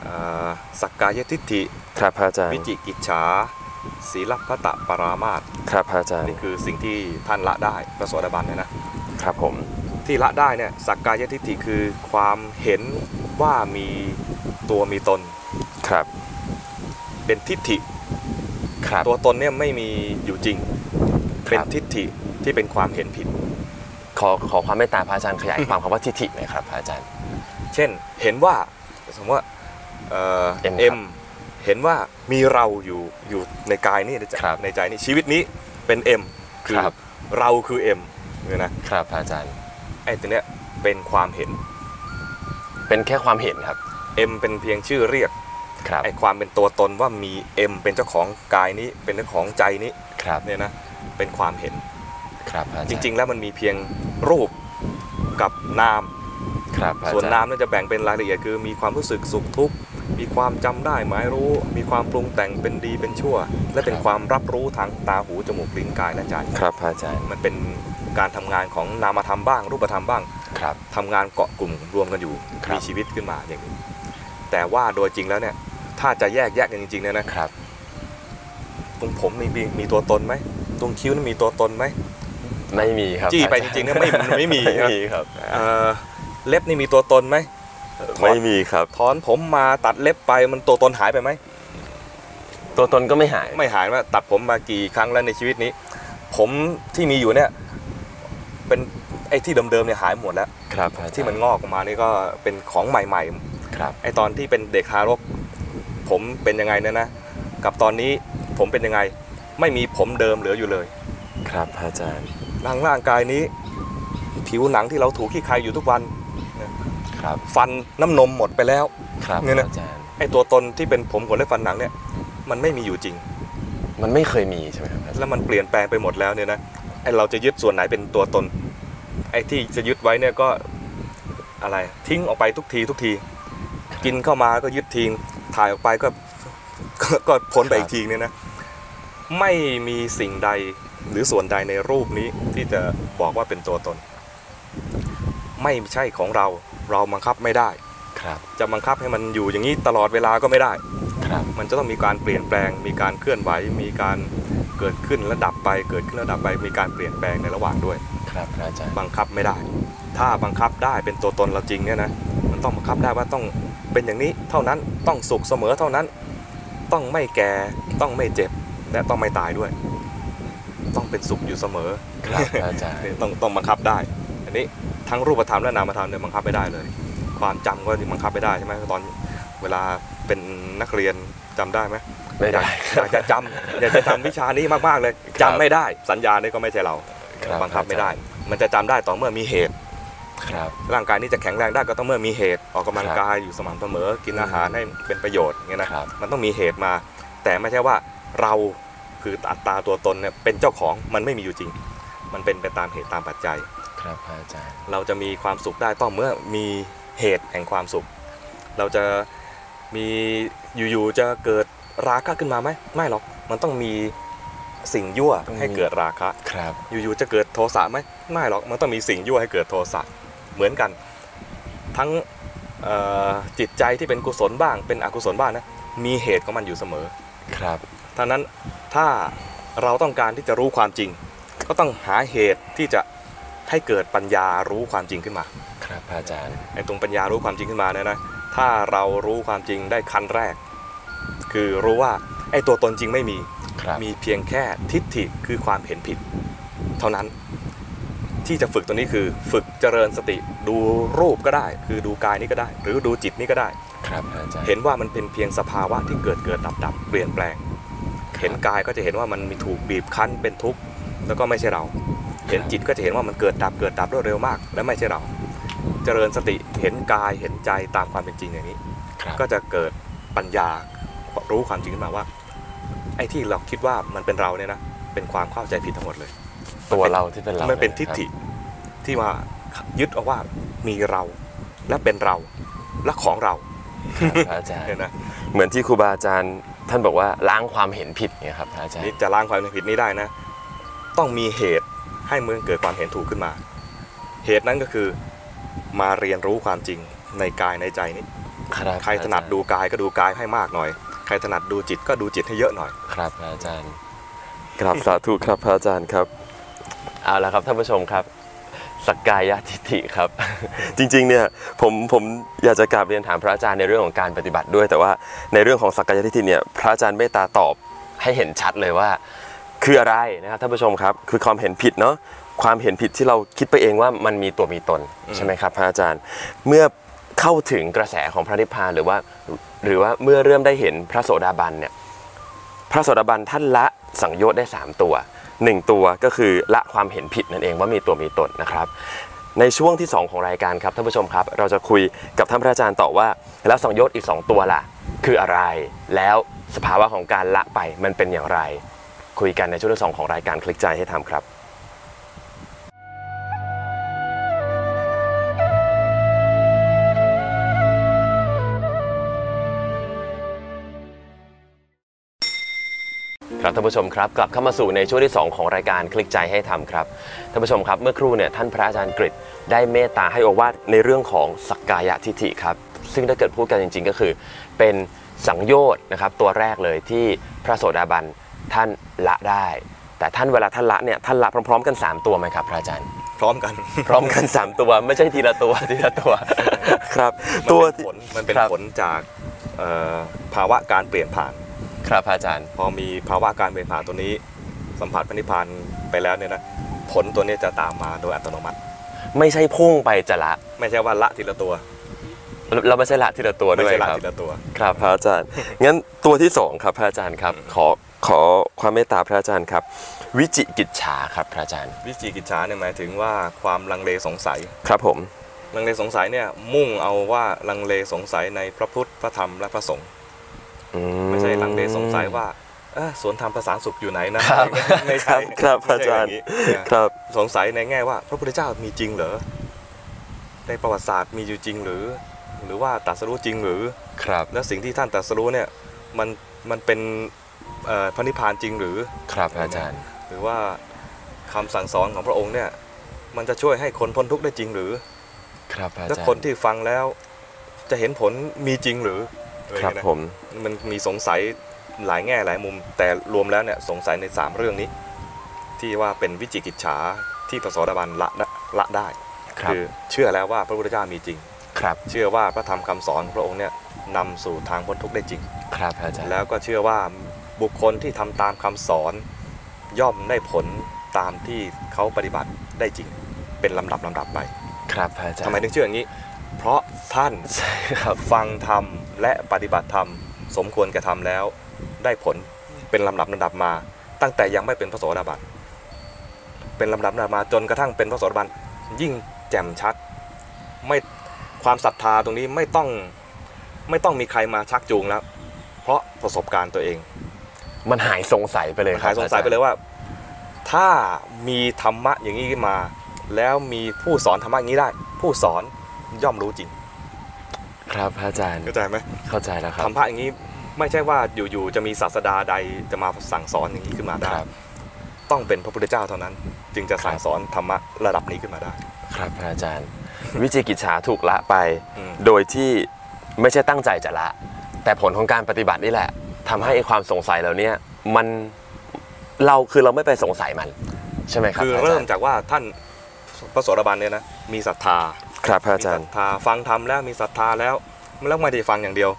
[SPEAKER 2] เอ่อสักกายทิฏฐิ
[SPEAKER 1] ครับอาจารย์
[SPEAKER 2] วิจิกิจฉาศีลพัตะปรามาต
[SPEAKER 1] ครับอาจารย์
[SPEAKER 2] นี่คือสิ่งที่ท่านละได้พระโสดาบันเนี่ยนะครับ
[SPEAKER 1] ผม
[SPEAKER 2] ที่ละได้เนี่ยสักกายทิฏฐิคือความเห็นว่ามีตัวมีตน
[SPEAKER 1] ครับ
[SPEAKER 2] เป็นทิฏฐิ
[SPEAKER 1] ครับ
[SPEAKER 2] ตัวตนเนี่ยไม่มีอยู่จริง
[SPEAKER 1] ครับ
[SPEAKER 2] เป็นทิฏฐิที่เป็นความเห็นผิด
[SPEAKER 1] ขอขอความเมตตาพระอาจารย์ขยายความคำว่าทิฏฐิหน่อยครับอาจารย์
[SPEAKER 2] เช่น เห็นว่า สมมติว่าเอ่อ
[SPEAKER 1] M ครับ
[SPEAKER 2] M เห็นว่ามีเราอยู่อยู่ในกายนี่ในใจ
[SPEAKER 1] ครับ
[SPEAKER 2] ในใจนี่ชีวิตนี้เป็น M คือ
[SPEAKER 1] ครับ
[SPEAKER 2] เราคือ M เนี่ยนะครับ
[SPEAKER 1] อาจารย์
[SPEAKER 2] ไอ้ตัวเนี้ยเป็นความเห็น
[SPEAKER 1] เป็นแค่ความเห็นครับ
[SPEAKER 2] M เป็นเพียงชื่อเรียก
[SPEAKER 1] ครับ
[SPEAKER 2] ไอ้ความเป็นตัวตนว่ามี M เป็นเจ้าของกายนี้เป็นเจ้าของใจนี้
[SPEAKER 1] ครับ
[SPEAKER 2] เนี่ยนะเป็นความเห็น
[SPEAKER 1] ครับอา
[SPEAKER 2] จ
[SPEAKER 1] จารย์
[SPEAKER 2] ริง ๆ แล้วมันมีเพียงรูปกับนาม
[SPEAKER 1] ครับอาจารย์
[SPEAKER 2] ส่วนน้ำเนี่ยจะแบ่งเป็นรายละเอียดคือมีความรู้สึกสุขทุกข์มีความจำได้หมายรู้ มีความปรุงแต่งเป็นดีเป็นชั่ว และเป็นความรับรู้ทางตาหูจมูกลิ้นกายและใจ
[SPEAKER 1] ครับอาจารย์
[SPEAKER 2] มันเป็นการทำงานของนามธรรมบ้าง รูปธรรมบ้าง
[SPEAKER 1] ครับ
[SPEAKER 2] ทำงานเกาะกลุ่มรวมกันอยู่
[SPEAKER 1] ครับ
[SPEAKER 2] มีชีวิตขึ้นมาอย่างนี้แต่ว่าโดยจริงแล้วเนี่ยถ้าจะแยกแยกกันจริงๆเนี่ยนะครับ ตรงผมมีมีมีตัวตนไหมตรงคิ้วนี่มีตัวตนไหม
[SPEAKER 1] ไม่มีครับ
[SPEAKER 2] จี้ไป
[SPEAKER 1] อาาย์
[SPEAKER 2] จริงๆเนี่ยไม่มันไม่มี
[SPEAKER 1] ไม่มีครับ
[SPEAKER 2] เอ่อเล็บนี่มีตัวตนไหม
[SPEAKER 1] ไม่มีครับ
[SPEAKER 2] ถอนผมมาตัดเล็บไปมันตัวตนหายไปไหม
[SPEAKER 1] ตัวตนก็ไม่หาย
[SPEAKER 2] ไม่หายว่าตัดผมมากี่ครั้งแล้วในชีวิตนี้ ผมที่มีอยู่เนี่ยเป็นไอ้ที่เดิมๆเนี่ยหายหมดแล้ว
[SPEAKER 1] ครับพระอาจารย์
[SPEAKER 2] ที่มันงอกออกมานี่ก็เป็นของใหม่
[SPEAKER 1] ครับ
[SPEAKER 2] ๆไอ้ตอนที่เป็นเด็กทารก ผมเป็นยังไงเนี่ยนะ กับตอนนี้ผมเป็นยังไง ไม่มีผมเดิมเหลืออยู่เลย
[SPEAKER 1] ครับพระอาจารย์
[SPEAKER 2] ร่างร่างกายนี้ ผิวหนังที่เราถูขี้ใครอยู่ทุกวัน
[SPEAKER 1] ครับ
[SPEAKER 2] ฟันน้ำนมหมดไปแล้ว
[SPEAKER 1] ครับ
[SPEAKER 2] เนี่ยนะ
[SPEAKER 1] อาจารย์
[SPEAKER 2] ไอ้ตัวตนที่เป็นผมขนและฟันหนังเนี่ย มันไม่มีอยู่จริง
[SPEAKER 1] มันไม่เคยมีใช่ไหมครับพระอาจารย์
[SPEAKER 2] แล้วมันเปลี่ยนแปลงไปหมดแล้วเนี่ยนะไอเราจะยึดส่วนไหนเป็นตัวตน ไอที่จะยึดไว้เนี่ยก็อะไรทิ้งออกไปทุกทีทุกที กินเข้ามาก็ยึดทิ้งถ่ายออกไปก็ ก็ก็พ้นไป
[SPEAKER 1] ครับ
[SPEAKER 2] อีกทีเนี่ยนะไม่มีสิ่งใดหรือส่วนใดในรูปนี้ที่จะบอกว่าเป็นตัวตน ไม่ใช่ของเราเราบังคับไม่ได้
[SPEAKER 1] ครับ
[SPEAKER 2] จะบังคับให้มันอยู่อย่างนี้ตลอดเวลาก็ไม่ได้
[SPEAKER 1] ครับ
[SPEAKER 2] มันจะต้องมีการเปลี่ยนแปลง มีการเคลื่อนไหว มีการเกิดขึ้นระดับไป เกิดขึ้นระดับไป มีการเปลี่ยนแปลงในระหว่างด้วย
[SPEAKER 1] ครับพระอาจารย์
[SPEAKER 2] บังคับไม่ได้ ถ้าบังคับได้เป็นตัวตนเราจริงเนี่ยนะ มันต้องบังคับได้ว่าต้องเป็นอย่างนี้เท่านั้น ต้องสุขเสมอเท่านั้น ต้องไม่แก่ ต้องไม่เจ็บ และต้องไม่ตายด้วย ต้องเป็นสุขอยู่เสมอ
[SPEAKER 1] ครับพระอาจารย์
[SPEAKER 2] เนี่ยต้องต้องบังคับได้ อันนี้ทั้งรูปธรรมและนามธรรมเนี่ยบังคับไม่ได้เลย ความจำก็บังคับไม่ได้ใช่ไหมตอนเวลาเป็นนักเรียนจำได้ไหม
[SPEAKER 1] ไม่ได้
[SPEAKER 2] อยากจะ จำ อยากจะจำวิชานี้มากๆเลยจำไม่ได้ สัญญานี่ก็ไม่ใช่เรา
[SPEAKER 1] ครับ
[SPEAKER 2] บังคับไม่ได้ มันจะจำได้ต่อเมื่อมีเหตุ
[SPEAKER 1] ครับ
[SPEAKER 2] ร่างกายนี้จะแข็งแรงได้ก็ต้องเมื่อมีเหตุออกกำลัง
[SPEAKER 1] ครับ
[SPEAKER 2] กายอยู่สม่ำเสมอกินอาหารให้เป็นประโยชน์เงี้ยนะครับ มันต้องมีเหตุมา แต่ไม่ใช่ว่าเราคืออัตราตัวตนเนี่ยเป็นเจ้าของมันไม่มีอยู่จริง มันเป็นไปตามเหตุตามปัจจัย
[SPEAKER 1] ครับพระอาจารย์
[SPEAKER 2] เราจะมีความสุขได้ต้องเมื่อมีเหตุแห่งความสุข เราจะมีอยู่ๆจะเกิดราคะขึ้นมาไหมไม่หรอก มันต้องมีสิ่งยั่วให้เกิดราคะ
[SPEAKER 1] ครับ
[SPEAKER 2] อยู่ๆจะเกิดโทสะไหมไม่หรอก มันต้องมีสิ่งยั่วให้เกิดโทสะเหมือนกัน ทั้งเอ่อจิตใจที่เป็นกุศลบ้าง เป็นอกุศลบ้างนะมีเหตุของมันอยู่เสมอ
[SPEAKER 1] ครับ
[SPEAKER 2] ท่านั้นถ้าเราต้องการที่จะรู้ความจริง ก็ต้องหาเหตุที่จะให้เกิดปัญญารู้ความจริงขึ้นมา
[SPEAKER 1] ครับพระอาจารย์
[SPEAKER 2] ไอ้ตรงปัญญารู้ความจริงขึ้นมาเนี่ยนะ ถ้าเรารู้ความจริงได้ขั้นแรก คือรู้ว่าไอ้ตัวตนจริงไม่มี
[SPEAKER 1] ครับ
[SPEAKER 2] มีเพียงแค่ทิฏฐิคือความเห็นผิด เท่านั้น ที่จะฝึกตัวนี้คือฝึกเจริญสติ ดูรูปก็ได้ คือดูกายนี้ก็ได้ หรือดูจิตนี้ก็ได้
[SPEAKER 1] ครับพระอาจารย์
[SPEAKER 2] เห็นว่ามันเป็นเพียงสภาวะที่เกิดเกิดดับดับเปลี่ยนแปลง เห็นกายก็จะเห็นว่ามันมีถูกบีบคั้นเป็นทุกข์แล้วก็ไม่ใช่เรา เห็นจิตก็จะเห็นว่ามันเกิดดับเกิดดับรวดเร็วมาก และไม่ใช่เรา เจริญสติเห็นกายเห็นใจตามความเป็นจริงอย่างนี้
[SPEAKER 1] ครับ
[SPEAKER 2] ก็จะเกิดปัญญารู้ความจริงขึ้นมาว่า ไอ้ที่เราคิดว่ามันเป็นเราเนี่ยนะเป็นความเข้าใจผิดทั้งหมดเลย
[SPEAKER 1] ตัวเราที่เป็นเรา
[SPEAKER 2] มันเป็น
[SPEAKER 1] ลยะ
[SPEAKER 2] ทิฏฐิ
[SPEAKER 1] ครับ
[SPEAKER 2] ที่ว่ายึดเอาว่ามีเราและเป็นเราและของเรา
[SPEAKER 1] พระอาจารย์
[SPEAKER 2] เนี่ยนะ
[SPEAKER 1] เหมือนที่ครูบาอาจารย์ท่านบอกว่าล้างความเห็นผิดเนี่ยครับพระอาจารย์
[SPEAKER 2] นี่จะล้างความเห็นผิดนี้ได้นะ ต้องมีเหตุให้มึงเกิดความเห็นถูกขึ้นมา เหตุนั้นก็คือมาเรียนรู้ความจริงในกายในใจนี้
[SPEAKER 1] ครับ
[SPEAKER 2] ใครถนัดดูกายก็ดูกายให้มากหน่อย ใครถนัดดูจิตก็ดูจิตให้เยอะหน่อย
[SPEAKER 1] ครับพระอาจารย์ครับสาธุครับพระอาจารย์ครับ เอาละครับท่านผู้ชมครับ สักกายทิฏฐิครับ จริงๆเนี่ยผมผมอยากจะกราบเรียนถามพระอาจารย์ในเรื่องของการปฏิบัติด้วย แต่ว่าในเรื่องของสักกายทิฏฐิเนี่ยพระอาจารย์เมตตาตอบให้เห็นชัดเลยว่า คืออะไรนะครับท่านผู้ชมครับ คือความเห็นผิดเนาะความเห็นผิดที่เราคิดไปเองว่ามันมีตัวมีตน
[SPEAKER 2] อืม
[SPEAKER 1] ใช่ไหมครับพระอาจารย์ เมื่อเข้าถึงกระแสของพระนิพพานหรือว่า หรือว่าเมื่อเริ่มได้เห็นพระโสดาบันเนี่ย พระโสดาบันท่านละสังโยชน์ได้ 3 ตัว 1 ตัวก็คือละความเห็นผิดนั่นเองว่ามีตัวมีตนนะครับ ในช่วงที่ 2 ของรายการครับท่านผู้ชมครับ เราจะคุยกับท่านพระอาจารย์ต่อว่า แล้วสังโยชน์อีก 2 ตัวล่ะ คืออะไร แล้วสภาวะของการละไปมันเป็นอย่างไร คุยกันในช่วงที่สองของรายการคลิกใจให้ทำครับ ครับท่านผู้ชมครับกลับเข้ามาสู่ในช่วงที่ 2 ของรายการคลิกใจให้ทำครับท่านผู้ชมครับเมื่อครู่เนี่ยท่านพระอาจารย์กฤษได้เมตตาให้โอวาทในเรื่องของสักกายทิฏฐิครับซึ่งถ้าเกิดพูดกันจริง ๆ ก็คือ เป็นสังโยชน์นะครับตัวแรกเลยที่พระโสดาบันท่านละได้ แต่ท่านเวลาท่านละเนี่ยท่านละพร้อมๆ กัน 3 ตัวไหมครับพระอาจารย์
[SPEAKER 2] พร้อม กัน
[SPEAKER 1] พร้อมกัน 3 ตัวไม่ใช่ทีละตัวทีละตัวครับ
[SPEAKER 2] มันเป็น
[SPEAKER 1] ที่
[SPEAKER 2] ผลมันเป็น
[SPEAKER 1] ครับ
[SPEAKER 2] ผลจากเอ่อภาวะการเปลี่ยนผ่าน
[SPEAKER 1] ครับพระอาจารย์
[SPEAKER 2] พอมีภาวะการเวียนผ่านตัวนี้ สัมผัสพระนิพพานไปแล้วเนี่ยนะผลตัวเนี้จะตามมาโดยอัตโนมัติ
[SPEAKER 1] ไม่ใช่พุ่งไปจะละ
[SPEAKER 2] ไม่ใช่ว่าละทีละตัว
[SPEAKER 1] เราไม่ใช่ละทีละตัว
[SPEAKER 2] ไม่
[SPEAKER 1] ด้วย
[SPEAKER 2] ใช่ละ
[SPEAKER 1] ครับ
[SPEAKER 2] ทีละตัว
[SPEAKER 1] ครับพระอาจารย์ งั้นตัวที่สองครับพระอาจารย์ครับ ขอขอความเมตตาพระอาจารย์ครับ วิจิกิจฉาครับพระอาจารย์
[SPEAKER 2] วิจิกิจฉาเนี่ยหมายถึงว่าความลังเลสงสัย
[SPEAKER 1] ครับผม
[SPEAKER 2] ลังเลสงสัยเนี่ยมุ่งเอาว่าลังเลสงสัยในพระพุทธพระธรรมและพระสงฆ์
[SPEAKER 1] อื
[SPEAKER 2] ไม่ใช่ลังเลสงสัยว่าเอ้อสวนธรรมภาษาสุขอยู่ไหนนะครับ ไม่ใช่
[SPEAKER 1] ครับพระอา
[SPEAKER 2] ไม่ใช่
[SPEAKER 1] จาร
[SPEAKER 2] อง
[SPEAKER 1] ย์
[SPEAKER 2] นี้นะ
[SPEAKER 1] ครับ
[SPEAKER 2] สงสัยในแง่ว่าพระพุทธเจ้ามีจริงเหรอในประวัติศาสตร์มีอยู่จริงหรือ หรือว่าตรัสรู้จริงหรือ
[SPEAKER 1] ครับ
[SPEAKER 2] แล้วสิ่งที่ท่านตรัสรู้เนี่ยมันมันเป็นเอ่อพระนิพพานจริงหรือ
[SPEAKER 1] ครับพระอาจารย์
[SPEAKER 2] หรือว่าคำสั่งสอนของพระองค์เนี่ยมันจะช่วยให้คนพ้นทุกข์ได้จริงหรือ
[SPEAKER 1] ครับพระอา
[SPEAKER 2] และ
[SPEAKER 1] จารย์
[SPEAKER 2] คนที่ฟังแล้วจะเห็นผลมีจริงหรืออะ
[SPEAKER 1] ค
[SPEAKER 2] ไอ
[SPEAKER 1] รับ
[SPEAKER 2] ย่างเงี้ยนะ
[SPEAKER 1] ผม
[SPEAKER 2] มันมีสงสัยหลายแง่หลายมุม แต่รวมแล้วเนี่ยสงสัยในสามเรื่องนี้ ที่ว่าเป็นวิจิกิจฉาที่พระโสดาบันละได้ละได้
[SPEAKER 1] ครับ
[SPEAKER 2] คือเชื่อแล้วว่าพระพุทธเจ้ามีจริง
[SPEAKER 1] ครับ
[SPEAKER 2] เชื่อว่าพระธรรมคำสอนของพระองค์เนี่ยนำสู่ทางพ้นทุกข์ได้จริง
[SPEAKER 1] ครับพระอาจารย์
[SPEAKER 2] แล้วก็เชื่อว่าบุคคลที่ทำตามคำสอน ย่อมได้ผลตามที่เขาปฏิบัติได้จริง เป็นลำดับลำดับไป
[SPEAKER 1] ครับพระอาจารย์
[SPEAKER 2] ทำไมถึงเชื่ออย่างนี้ เพราะท่าน
[SPEAKER 1] ใช่ครับ
[SPEAKER 2] ฟังธรรมและปฏิบัติธรรม สมควรกระทำแล้ว ได้ผลเป็นลำดับลำดับมา ตั้งแต่ยังไม่เป็นพระโสดาบันเป็นลำดับลำดับมาจนกระทั่งเป็นพระโสดาบันยิ่งแจ่มชัด ไม่ความศรัทธาตรงนี้ไม่ต้องไม่ต้องมีใครมาชักจูงแล้ว เพราะประสบการณ์ตัวเอง
[SPEAKER 1] มันหายสงสัยไปเลยค
[SPEAKER 2] หา
[SPEAKER 1] รับ
[SPEAKER 2] ยสงสัยไปเลยว่า ถ้ามีธรรมะอย่างนี้ขึ้นมา แล้วมีผู้สอนธรรมะอย่างนี้ได้ ผู้สอนย่อมรู้จริง
[SPEAKER 1] ครับพระอาจารย์
[SPEAKER 2] เข้าใจไหม
[SPEAKER 1] เข้าใจแล้วค
[SPEAKER 2] ธ
[SPEAKER 1] รั
[SPEAKER 2] ร
[SPEAKER 1] บ
[SPEAKER 2] รมะอย่างนี้ไม่ใช่ว่าอยู่ๆจะมีศาสดาใดจะมาสั่งสอนอย่างนี้ขึ้นมา
[SPEAKER 1] ค
[SPEAKER 2] ได้
[SPEAKER 1] รับ
[SPEAKER 2] ต้องเป็นพระพุทธเจ้าเท่านั้น จึงจะสั่ง
[SPEAKER 1] ครับ
[SPEAKER 2] สอนธรรมะระดับนี้ขึ้นมาได้
[SPEAKER 1] ครับพระอาจารย์ วิจิกิจฉาถูกละไป
[SPEAKER 2] อืม
[SPEAKER 1] โดยที่ไม่ใช่ตั้งใจจะละ แต่ผลของการปฏิบัตินี่แหละทำให้ไอ้ความสงสัยเหล่าเนี้ยมันเราคือเราไม่ไปสงสัยมัน ใช่ไหมครับ
[SPEAKER 2] คือ
[SPEAKER 1] พะาจา
[SPEAKER 2] เริ่ม
[SPEAKER 1] ย์
[SPEAKER 2] จากว่าท่านพระโสดาบันเนี่ยนะมีศรัทธา
[SPEAKER 1] ครับพระ
[SPEAKER 2] มี
[SPEAKER 1] อา
[SPEAKER 2] ศ
[SPEAKER 1] จา
[SPEAKER 2] รั
[SPEAKER 1] ร
[SPEAKER 2] ท
[SPEAKER 1] ย์
[SPEAKER 2] ธาฟังธรรมแล้วมีศรัทธาแล้วแล้วไม่ได้ฟังอย่างเดียว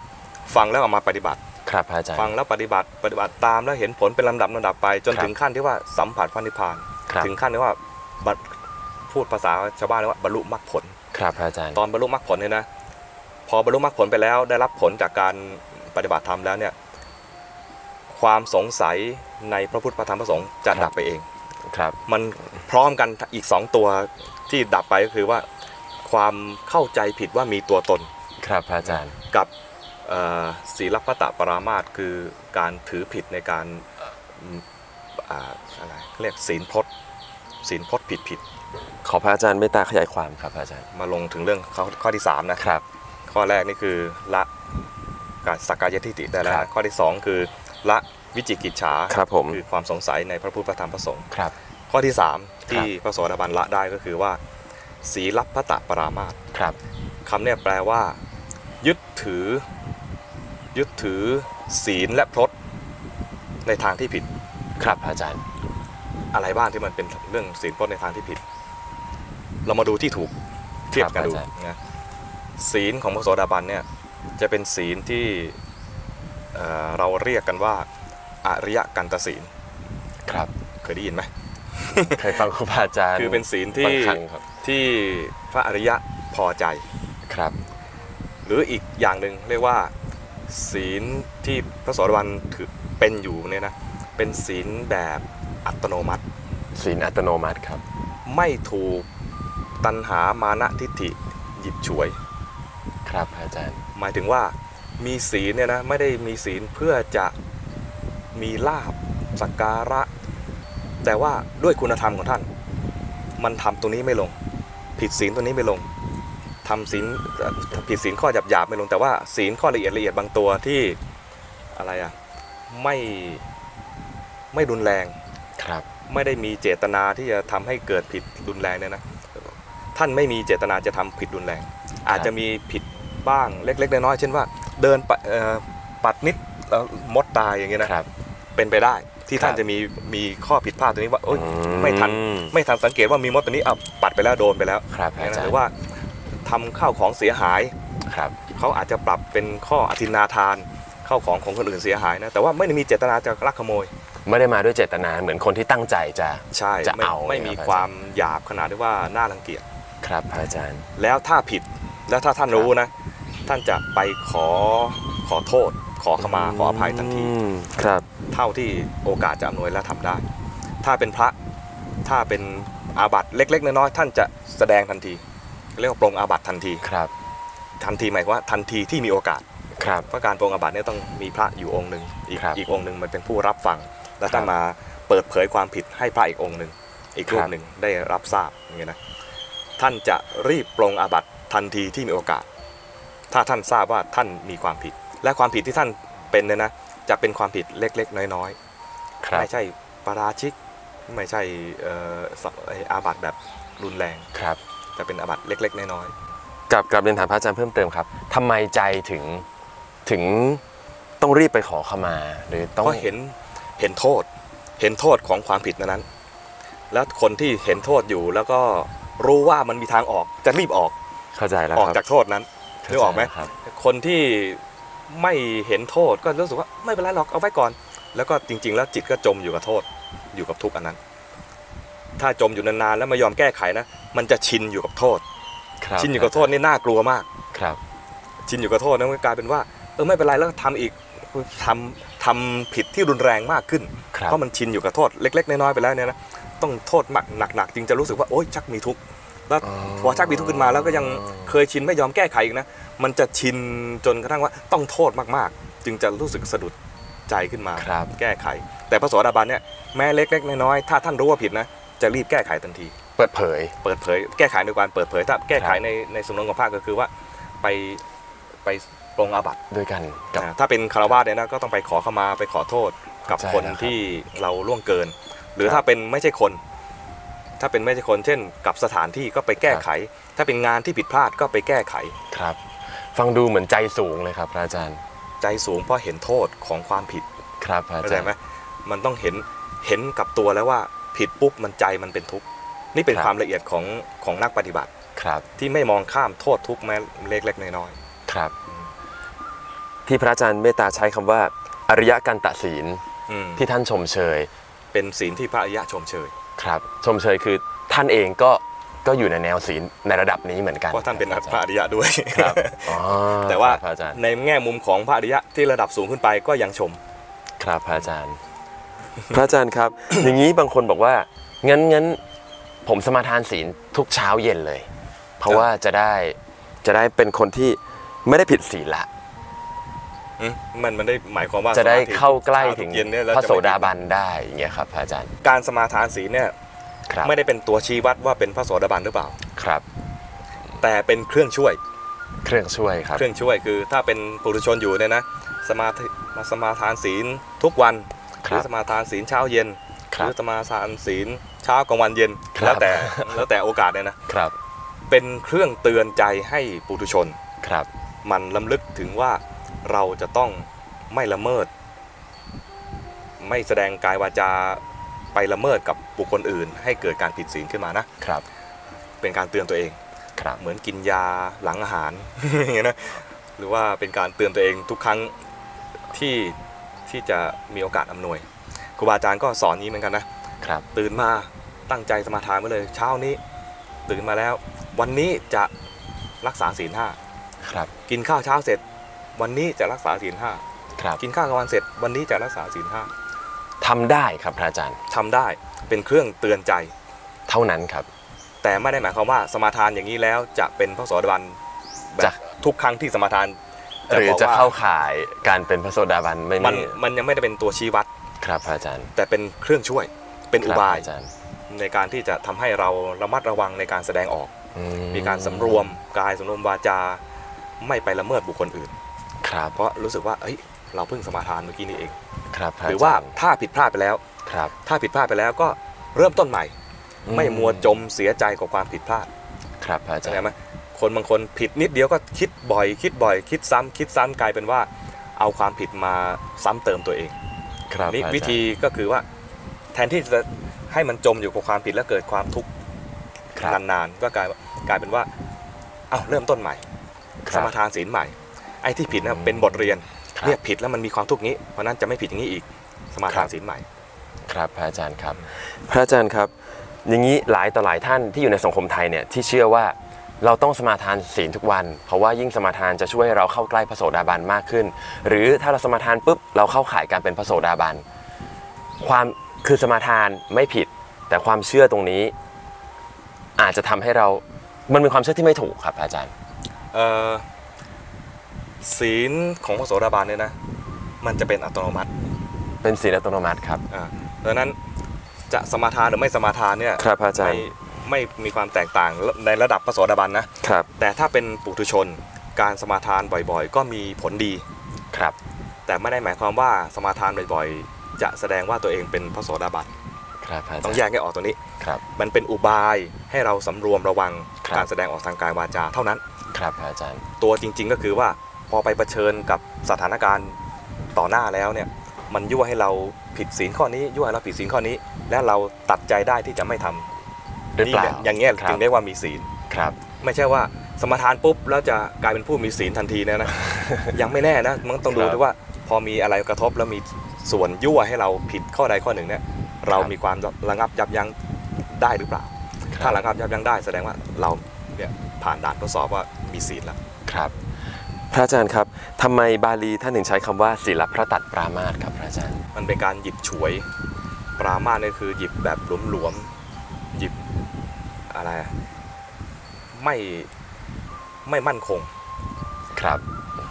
[SPEAKER 2] ฟังแล้วเอามาปฏิบัติ
[SPEAKER 1] ครับพระอาจารย์
[SPEAKER 2] ฟังแล้วปฏิบัติปฏิบัติตามแล้วเห็นผลเป็นลำดับลำดับไป จน
[SPEAKER 1] ครับ
[SPEAKER 2] ถึงขั้นที่ว่าสัมผัสพระนิพพาน
[SPEAKER 1] ครับ
[SPEAKER 2] ถึงขั้นที่ว่าบรรพูดภาษาชาวบ้านเรียกว่าบรรลุมรรคผล
[SPEAKER 1] ครับพระอาจารย์
[SPEAKER 2] ตอนบรรลุมรรคผลเนี่ยนะพอบรรลุมรรคผลไปแล้วได้รับผลจากการปฏิบัติธรรมแล้วเนี่ยความสงสัยในพระพุทธพระธรรมพระสงฆ์จะดับไปเอง
[SPEAKER 1] ครับ
[SPEAKER 2] มันพร้อมกันอีกสองตัวที่ดับไปก็คือว่าความเข้าใจผิดว่ามีตัวตน
[SPEAKER 1] ครับพระอาจารย์
[SPEAKER 2] กับเอ่อศีลพัตตปรามาสคือการถือผิดในการอืมอ่าอะไรเรียกศีลพจน์ศีลพจน์ผิดผิด
[SPEAKER 1] ขอพระอาจารย์เมตตาขยายความครับพระอาจารย์
[SPEAKER 2] มาลงถึงเรื่องข้อข้อที่ 3 นะ
[SPEAKER 1] ครับ
[SPEAKER 2] ข้อแรกนี่คือละการสักกายทิฏฐิได้แล้ว
[SPEAKER 1] ครับ
[SPEAKER 2] ข้อที่ 2 คือละวิจิกิจฉา
[SPEAKER 1] ครับผม
[SPEAKER 2] คือความสงสัยในพระพุทธพระธรรมพระสงฆ์
[SPEAKER 1] ครับ
[SPEAKER 2] ข้อที่ 3 ที่พระโสดาบันละได้ก็คือว่า ศีลพัตตปรามาส
[SPEAKER 1] ครับ
[SPEAKER 2] คำเนี่ยแปลว่า ยึดถือ ยึดถือศีลและพรตในทางที่ผิด
[SPEAKER 1] ครับพระอาจารย์
[SPEAKER 2] อะไรบ้างที่มันเป็นเรื่องศีลพรตในทางที่ผิด เรามาดูที่ถูกเทียบกันดูนะศีลของพระโสดาบันเนี่ยจะเป็นศีลที่เอ่อเราเรียกกันว่าอริยกันตศีล
[SPEAKER 1] ครับ
[SPEAKER 2] เคยได้ยินไหม
[SPEAKER 1] เคยฟังครูบาอาจารย์
[SPEAKER 2] คือเป็นศีล
[SPEAKER 1] บา
[SPEAKER 2] ที่
[SPEAKER 1] งครั้งครับ
[SPEAKER 2] ที่พระอริยะพอใจ
[SPEAKER 1] ครับ
[SPEAKER 2] หรืออีกอย่างหนึ่งเรียกว่า ศีลที่พระโสดาบันถือเป็นอยู่เนี่ยนะเป็นศีลแบบอัตโนมัติ
[SPEAKER 1] ศีลอัตโนมัติครับ
[SPEAKER 2] ไม่ถูกตัณหามานะทิฏฐิหยิบฉวย
[SPEAKER 1] ครับพระอาจารย์
[SPEAKER 2] หมายถึงว่ามีศีลเนี่ยนะไม่ได้มีศีลเพื่อจะมีลาบสักการะ แต่ว่าด้วยคุณธรรมของท่าน มันทำตรงนี้ไม่ลง ผิดศีลตัวนี้ไม่ลงทำศีลเอ่อผิดศีลข้อหยาบหยาบๆไม่ลงแต่ว่าศีลข้อละเอียดละเอียดบางตัวที่อะไรอะไม่ไม่รุนแรง
[SPEAKER 1] ครับ
[SPEAKER 2] ไม่ได้มีเจตนาที่จะทำให้เกิดผิดรุนแรงเนี่ยนะท่านไม่มีเจตนาจะทำผิดรุนแรง อาจจะมีผิดบ้างเล็กๆน้อยๆเช่นว่า เดินปะเอ่อปัดนิดแล้วมดตายอย่างเงี้ยนะครับ เป็นไปได้ที่ท่า
[SPEAKER 1] ค
[SPEAKER 2] น
[SPEAKER 1] รับ
[SPEAKER 2] จะมีมีข้อผิดพลาดตรงนี้ว่าเอ้ย
[SPEAKER 1] อืม
[SPEAKER 2] ไม่ทันไม่ทันสังเกตว่ามีมดตัวนี้เอาปัดไปแล้วโดนไปแล้ว
[SPEAKER 1] ครับพระอาจาร
[SPEAKER 2] ห
[SPEAKER 1] ย์
[SPEAKER 2] รือว่าทำข้าวของเสียหาย
[SPEAKER 1] ครับ
[SPEAKER 2] เขาอาจจะปรับเป็นข้ออธินาทาน เข้าของของคนอื่นเสียหายนะแต่ว่าไม่ได้มีเจตนาจะลักขโมย
[SPEAKER 1] ไม่ได้มาด้วยเจตนาเหมือนคนที่ตั้งใจจะ
[SPEAKER 2] ใช่
[SPEAKER 1] จะ
[SPEAKER 2] ไม่
[SPEAKER 1] เอา
[SPEAKER 2] ไม่
[SPEAKER 1] เนี่ย
[SPEAKER 2] มี
[SPEAKER 1] ครับ
[SPEAKER 2] ความหยาบขนาดที่ว่าน่ารังเกียจ
[SPEAKER 1] ครับพระอาจารย์
[SPEAKER 2] แล้วถ้าผิดแล้วถ้าท่านรู้นะ ท่านจะไปขอขอโทษ ขอขมาขออภัยทันที
[SPEAKER 1] อืมครับ
[SPEAKER 2] เท่าที่โอกาสจะอำนวยและทำได้ ถ้าเป็นพระถ้าเป็นอาบัติเล็ก ๆ น้อยๆท่านจะแสดงทันทีเรียกว่าปรงอาบัติทันที
[SPEAKER 1] ครับ
[SPEAKER 2] ทันทีหมายความว่าทันทีที่มีโอกาส
[SPEAKER 1] ครับ
[SPEAKER 2] เพราะการปรงอาบัติเนี่ยต้องมีพระอยู่องค์หนึ่งอีก
[SPEAKER 1] ครับ
[SPEAKER 2] อีกองค์หนึ่งมันเป็นผู้รับฟัง และท่าน
[SPEAKER 1] ครับ
[SPEAKER 2] มาเปิดเผยความผิดให้พระอีกองค์หนึ่งอีกรู
[SPEAKER 1] ค
[SPEAKER 2] ป
[SPEAKER 1] รับ
[SPEAKER 2] หนึ่งได้รับทราบอย่างเงี้ยนะท่านจะรีบปรงอาบัติทันทีที่มีโอกาส ถ้าท่านทราบว่าท่านมีความผิด และความผิดที่ท่านเป็นเนี่ยนะจะเป็นความผิดเล็ก ๆ น้อยๆ
[SPEAKER 1] ครับ
[SPEAKER 2] ไม่ใช่ปาราชิก ไม่ใช่เอ่อสะไอ้อาบัติแบบรุนแรง
[SPEAKER 1] ครับ
[SPEAKER 2] แต่เป็นอาบัติเล็ก ๆ น้อย
[SPEAKER 1] กลับกลับเรียนถามพระอาจารย์เพิ่มเติมครับทำไมใจถึงถึงต้องรีบไปขอขมา หรือ
[SPEAKER 2] ๆ
[SPEAKER 1] ต้อง
[SPEAKER 2] เพราะเห็นเห็นโทษ เห็นโทษของความผิดนั้นๆแล้วคนที่เห็นโทษอยู่แล้วก็รู้ว่ามันมีทางออกจะรีบออก
[SPEAKER 1] เข้าใจแล้ว
[SPEAKER 2] ออก
[SPEAKER 1] ค
[SPEAKER 2] จา
[SPEAKER 1] รับ
[SPEAKER 2] กโทษนั้น นึกออกไหม
[SPEAKER 1] เข้าใจแล้วครับ
[SPEAKER 2] คนที่ไม่เห็นโทษก็รู้สึกว่าไม่เป็นไรหรอกเอาไว้ก่อน แล้วก็จริง ๆ แล้วจิตก็จมอยู่กับโทษอยู่กับทุกข์อันนั้น ถ้าจมอยู่นานๆแล้วไม่ยอมแก้ไขนะ มันจะชินอยู่กับโทษ
[SPEAKER 1] ครับ
[SPEAKER 2] ชินอยู่กับโทษนี่น่ากลัวมาก
[SPEAKER 1] ครับ
[SPEAKER 2] ชินอยู่กับโทษนะมันกลายเป็นว่าเออไม่เป็นไรแล้วทำอีกทำทำผิดที่รุนแรงมากขึ้น
[SPEAKER 1] ครับ
[SPEAKER 2] เพราะมันชินอยู่กับโทษเล็ก ๆ น้อยๆไปแล้วเนี่ยนะต้องโทษหมักหนักๆจึงจะรู้สึกว่าโอ๊ยชักมีทุกข์แล้วพอชักมีทุกข์ขึ้นมาแล้วก็ยังเคยชินไม่ยอมแก้ไขอีกนะมันจะชินจนกระทั่งว่าต้องโทษมากๆ จึงจะรู้สึกสะดุดใจขึ้นมา
[SPEAKER 1] ครับ
[SPEAKER 2] แก้ไข แต่พระโสดาบันเนี่ยแม้เล็ก ๆ น้อยๆถ้าท่านรู้ว่าผิดนะจะรีบแก้ไขทันที
[SPEAKER 1] เปิดเผย
[SPEAKER 2] เปิดเผยแก้ไขในการเปิดเผยถ้าแก้ไข
[SPEAKER 1] ครับ
[SPEAKER 2] ในในสำนวนของภาคก็คือว่าไปไปปรงอาบัติ
[SPEAKER 1] ด้วยกันกับ
[SPEAKER 2] นะถ้าเป็นคารวาสเนี่ยนะก็ต้องไปขอเข้ามาไปขอโทษกับ
[SPEAKER 1] เข้าใจ
[SPEAKER 2] คน
[SPEAKER 1] แล้วครับ
[SPEAKER 2] ที่เราล่วงเกิน หรือ
[SPEAKER 1] ครับ
[SPEAKER 2] ถ้าเป็นไม่ใช่คน ถ้าเป็นไม่ใช่คน เช่น กับสถานที่ก็ไปแก้
[SPEAKER 1] ครับ
[SPEAKER 2] ไข ถ้าเป็นงานที่ผิดพลาดก็ไปแก้ไข
[SPEAKER 1] ครับ ฟังดูเหมือนใจสูงเลยครับพระอาจารย์
[SPEAKER 2] ใจสูงเพราะเห็นโทษของความผิด
[SPEAKER 1] ครับพระอา
[SPEAKER 2] เข้าใจ
[SPEAKER 1] จารย์
[SPEAKER 2] ไหมมันต้องเห็นเห็นกับตัวแล้วว่าผิดปุ๊บมันใจมันเป็นทุกข์นี่เป็น
[SPEAKER 1] ครับ
[SPEAKER 2] ความละเอียดของของนักปฏิบัติ
[SPEAKER 1] ครับ
[SPEAKER 2] ที่ไม่มองข้ามโทษทุกข์แม้เล็กๆน้อยๆ
[SPEAKER 1] ครับ ที่พระอาจารย์เมตตาใช้คำว่า อริยกันตศีล
[SPEAKER 2] อืม
[SPEAKER 1] ที่ท่านชมเชย
[SPEAKER 2] เป็นศีลที่พระอริยะชมเชย
[SPEAKER 1] ครับ ชมเชยคือท่านเองก็ก็อยู่ในแนวศีลในระดับนี้เหมือนกัน
[SPEAKER 2] เพราะท่านเป็น
[SPEAKER 1] ครับ
[SPEAKER 2] พระอริยะด้วย
[SPEAKER 1] ครับอ๋อ
[SPEAKER 2] แต่ว่า
[SPEAKER 1] ครับพระอาจารย์
[SPEAKER 2] ในแง่มุมของพระอริยะที่ระดับสูงขึ้นไปก็ยังชม
[SPEAKER 1] ครับพระอาจารย์ พระอาจารย์ครับ อย่างนี้บางคนบอกว่างั้นงั้นผมสมาทานศีลทุกเช้าเย็นเลย เพราะ
[SPEAKER 2] ครับ
[SPEAKER 1] ว่าจะได้จะได้เป็นคนที่ไม่ได้ผิดศีลละ
[SPEAKER 2] อืมมันมันได้หมายความว่า
[SPEAKER 1] จะได้
[SPEAKER 2] สมธิ
[SPEAKER 1] เข้าใกล้ถึง
[SPEAKER 2] เย็นเนี่ยแล้ว
[SPEAKER 1] พระ
[SPEAKER 2] จ
[SPEAKER 1] โส
[SPEAKER 2] ไม่
[SPEAKER 1] ดาบันได้อย่างเงี้ยครับพระอาจารย์
[SPEAKER 2] การสมาทานศีลเนี่ย
[SPEAKER 1] ครับ
[SPEAKER 2] ไม่ได้เป็นตัวชี้วัดว่าเป็นพระโสดาบันหรือเปล่า
[SPEAKER 1] ครับ
[SPEAKER 2] แต่เป็นเครื่องช่วย
[SPEAKER 1] เครื่องช่วยครับ
[SPEAKER 2] เครื่องช่วยคือถ้าเป็นปุถุชนอยู่เนี่ยนะสมาธิมาสมาทานศีลทุกวัน
[SPEAKER 1] ค
[SPEAKER 2] หรื
[SPEAKER 1] รั
[SPEAKER 2] อบ สมาทานศีลเช้าเย็น
[SPEAKER 1] ค
[SPEAKER 2] ห
[SPEAKER 1] รั
[SPEAKER 2] รื
[SPEAKER 1] บ
[SPEAKER 2] อสมาทานศีลเช้ากลางวันเย็น
[SPEAKER 1] ครับ
[SPEAKER 2] แล้วแต่แล้วแต่โอกาสเนี่ยนะครับ เป็นเครื่องเตือนใจให้ปุถุชน
[SPEAKER 1] ครับ
[SPEAKER 2] มันลำลึกถึงว่าเราจะต้องไม่ละเมิด ไม่แสดงกายวาจาไปละเมิดกับบุคคลอื่น ให้เกิดการผิดศีลขึ้นมานะ
[SPEAKER 1] ครับ
[SPEAKER 2] เป็นการเตือนตัวเอง
[SPEAKER 1] ครับ
[SPEAKER 2] เหมือนกินยาหลังอาหาร อย่างเงี้ยนะหรือว่าเป็นการเตือนตัวเองทุกครั้งที่ที่จะมีโอกาสอำนวยครูบาอาจารย์ก็สอนนี้เหมือนกันนะ
[SPEAKER 1] ครับ
[SPEAKER 2] ตื่นมาตั้งใจสมาทานไว้เลยเช้านี้ ตื่นมาแล้ว วันนี้จะรักษาศีลห้า
[SPEAKER 1] ครับ
[SPEAKER 2] กินข้าวเช้าเสร็จ วันนี้จะรักษาศีลห้า
[SPEAKER 1] ครับ
[SPEAKER 2] กินข้าวกลางวันเสร็จ วันนี้จะรักษาศีลห้า
[SPEAKER 1] ทำได้ครับพระอาจารย์
[SPEAKER 2] ทำได้เป็นเครื่องเตือนใจ
[SPEAKER 1] เท่านั้นครับ
[SPEAKER 2] แต่ไม่ได้หมายความว่าสมาทานอย่างนี้แล้วจะเป็นพระโสดาบันแบ
[SPEAKER 1] จะ
[SPEAKER 2] บทุกครั้งที่สมาทาน
[SPEAKER 1] หรือบ
[SPEAKER 2] ก
[SPEAKER 1] จะ
[SPEAKER 2] ว่
[SPEAKER 1] เข้าข่ายการเป็นพระโสดาบันไม่
[SPEAKER 2] มัน
[SPEAKER 1] ไม่
[SPEAKER 2] มันยังไม่ได้เป็นตัวชี้วัด
[SPEAKER 1] ครับพระอาจารย์
[SPEAKER 2] แต่เป็นเครื่องช่วยเป็นอุ
[SPEAKER 1] ค
[SPEAKER 2] บา
[SPEAKER 1] รั
[SPEAKER 2] ย
[SPEAKER 1] พระอาจารย์
[SPEAKER 2] ในการที่จะทำให้เราระมัดระวังในการแสดงออก
[SPEAKER 1] อื
[SPEAKER 2] มีการสำรวมกายสำรวมวาจาไม่ไปละเมิดบุคคลอื่น
[SPEAKER 1] ครับ
[SPEAKER 2] เพราะรู้สึกว่าเอ้ยเราเพิ่งสมาทานเมื่อกี้นี้เอง
[SPEAKER 1] ครับพะ
[SPEAKER 2] หรือว่า
[SPEAKER 1] จย์
[SPEAKER 2] ถ้าผิดพลาดไปแล้ว
[SPEAKER 1] ครับ
[SPEAKER 2] ถ้าผิดพลาดไปแล้วก็เริ่มต้นใหม่
[SPEAKER 1] อื
[SPEAKER 2] ไม่มัวจมเสียใจกับความผิดพลาด
[SPEAKER 1] ครับพระอาจาร
[SPEAKER 2] ใช่
[SPEAKER 1] ย์
[SPEAKER 2] ไหมคนบางคนผิดนิดเดียวก็คิดบ่อย คิดบ่อย คิดซ้ำคิดซ้ำกลายเป็นว่า เอาความผิดมาซ้ำเติมตัวเอง
[SPEAKER 1] ครับ
[SPEAKER 2] นี่
[SPEAKER 1] พระอาจารย์
[SPEAKER 2] วิธีก็คือว่าแทนที่จะให้มันจมอยู่กับความผิดแล้วเกิดความทุกข์
[SPEAKER 1] ครับ
[SPEAKER 2] นานๆก็กลายกลายเป็นว่าเอาเริ่มต้นใหม่
[SPEAKER 1] ค
[SPEAKER 2] ส
[SPEAKER 1] รับ
[SPEAKER 2] มาทานศีลใหม่ ไอ้ที่ผิดนะ
[SPEAKER 1] อืม
[SPEAKER 2] เป็นบทเรียน
[SPEAKER 1] ครับ
[SPEAKER 2] เนี่ยผิดแล้วมันมีความทุกข์นี้ เพราะนั้นจะไม่ผิดอย่างนี้อีกสมา
[SPEAKER 1] ครั
[SPEAKER 2] ทาน
[SPEAKER 1] บ
[SPEAKER 2] ศีลใหม่
[SPEAKER 1] ครับพระอาจารย์ครับ พระอาจารย์ครับ อย่างนี้หลายต่อหลายท่านที่อยู่ในสังคมไทยเนี่ยที่เชื่อว่าเราต้องสมาทานศีลทุกวัน เพราะว่ายิ่งสมาทานจะช่วยให้เราเข้าใกล้พระโสดาบันมากขึ้น หรือถ้าเราสมาทานปุ๊บเราเข้าข่ายการเป็นพระโสดาบันความคือสมาทานไม่ผิด แต่ความเชื่อตรงนี้ อาจจะทำให้เรา มันเป็นความเชื่อที่ไม่ถูกครับพระอาจารย์
[SPEAKER 2] เอ่อศีลของพระโสดาบันเนี่ยนะ มันจะเป็นอัตโนมัติ
[SPEAKER 1] เป็นศีลอัตโนมัติครับ
[SPEAKER 2] อ่าเพราะฉะนั้นจะสมาทานหรือไม่สมาทานเนี่ย
[SPEAKER 1] ครับพระอาจาร
[SPEAKER 2] ไม่
[SPEAKER 1] ย์
[SPEAKER 2] ไม่มีความแตกต่างในระดับพระโสดาบันนะครับ แต่ถ้าเป็นปุถุชน การสมาทานบ่อยๆ ก็มีผลดี
[SPEAKER 1] ครับ
[SPEAKER 2] แต่ไม่ได้หมายความว่าสมาทานบ่อยๆ จะแสดงว่าตัวเองเป็นพระโสดาบัน
[SPEAKER 1] ครับพระอาจารย์
[SPEAKER 2] ต้องแยกให้ออกตัวนี้
[SPEAKER 1] ครับ
[SPEAKER 2] มันเป็นอุบายให้เราสำรวมระวัง
[SPEAKER 1] ครับ
[SPEAKER 2] การแสดงออกทางกายวาจาเท่านั้น
[SPEAKER 1] ครับพระอาจารย์
[SPEAKER 2] ตัวจริงๆก็คือว่าพอไปเผชิญกับสถานการณ์ต่อหน้าแล้วเนี่ยมันยั่วให้เราผิดศีลข้อนี้ยั่วให้เราผิดศีลข้อนี้ และเราตัดใจได้ที่จะไม่ทำ
[SPEAKER 1] หรือ
[SPEAKER 2] นี่
[SPEAKER 1] เปล่า
[SPEAKER 2] เนี่ยอย่างเงี้ย
[SPEAKER 1] ครับ
[SPEAKER 2] จึงเรียกว่ามีศีล
[SPEAKER 1] ครับ
[SPEAKER 2] ไม่ใช่ว่าสมาทานปุ๊บแล้วจะกลายเป็นผู้มีศีลทันทีเนี่ยนะ ยังไม่แน่นะมันต้องดูด้วยว่า พอมีอะไรกระทบแล้วมีส่วนยั่วให้เราผิดข้อใดข้อหนึ่งเนี่ยเรามีความระงับยับยั้งได้หรือเปล่า ถ้าระงับยับยั้งได้แสดงว่าเราเนี่ยผ่านด่านทดสอบว่ามีศีลแล้ว
[SPEAKER 1] ครับ พระอาจารย์ครับทำไมบาลีท่านถึงใช้คำว่าศิลพระตัดปรามาสครับพระอาจารย์
[SPEAKER 2] มันเป็นการหยิบฉวย ปรามาสเนี่ยคือหยิบแบบหลวมๆ หยิบอะไรอะไม่ไม่มั่นคง
[SPEAKER 1] ครับ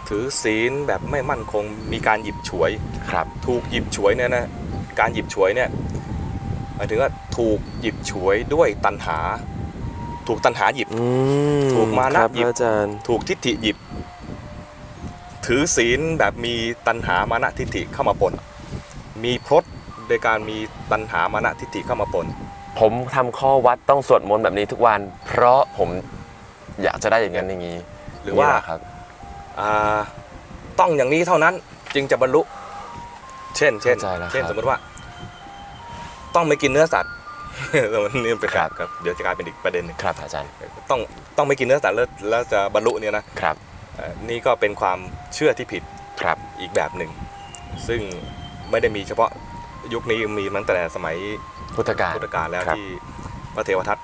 [SPEAKER 2] ถือศีลแบบไม่มั่นคง มีการหยิบฉวย
[SPEAKER 1] ครับ
[SPEAKER 2] ถูกหยิบฉวยเนี่ยนะการหยิบฉวยเนี่ยหมายถึงว่าถูกหยิบฉวยด้วยตัณหา ถูกตัณหาหยิบ ถูกมานะครับ หยิบ
[SPEAKER 1] พระอาจารย์
[SPEAKER 2] ถูกทิฏฐิหยิบ ถือศีลแบบมีตัณหามานะทิฏฐิเข้ามาปนมีพรตโดยการมีตัณหามานะทิฏฐิเข้ามาปน
[SPEAKER 1] ผมทำข้อวัดต้องสวดมนต์แบบนี้ทุกวัน เพราะผมอยากจะได้อย่างนั้นอย่างนี้
[SPEAKER 2] หรือว่า
[SPEAKER 1] นี่แครับ
[SPEAKER 2] อ่าต้องอย่างนี้เท่านั้นจึงจะบรรลุ เช่น เช่น
[SPEAKER 1] เข้าใจแล้ว
[SPEAKER 2] เช่น
[SPEAKER 1] ครับ
[SPEAKER 2] สมมติว่า ต้องไม่กินเนื้อสัตว์ สมมตินี่เป็น
[SPEAKER 1] ครับ
[SPEAKER 2] ครับเดี๋ยวจะกลายเป็นอีกประเด็นหนึ่ง
[SPEAKER 1] ครับพระอาจารย์
[SPEAKER 2] ต้องต้องไม่กินเนื้อสัตว์แล้วแล้วจะบรรลุเนี่ยนะครับ เอ่อนี่ก็เป็นความเชื่อที่ผิด
[SPEAKER 1] ครับ
[SPEAKER 2] อีกแบบหนึ่ง ซึ่งไม่ได้มีเฉพาะยุคนี้มีมาตั้งแต่สมัย
[SPEAKER 1] พุทธการ
[SPEAKER 2] พุทธกาลแล้ว
[SPEAKER 1] ครับ
[SPEAKER 2] ที่พระเทวทัต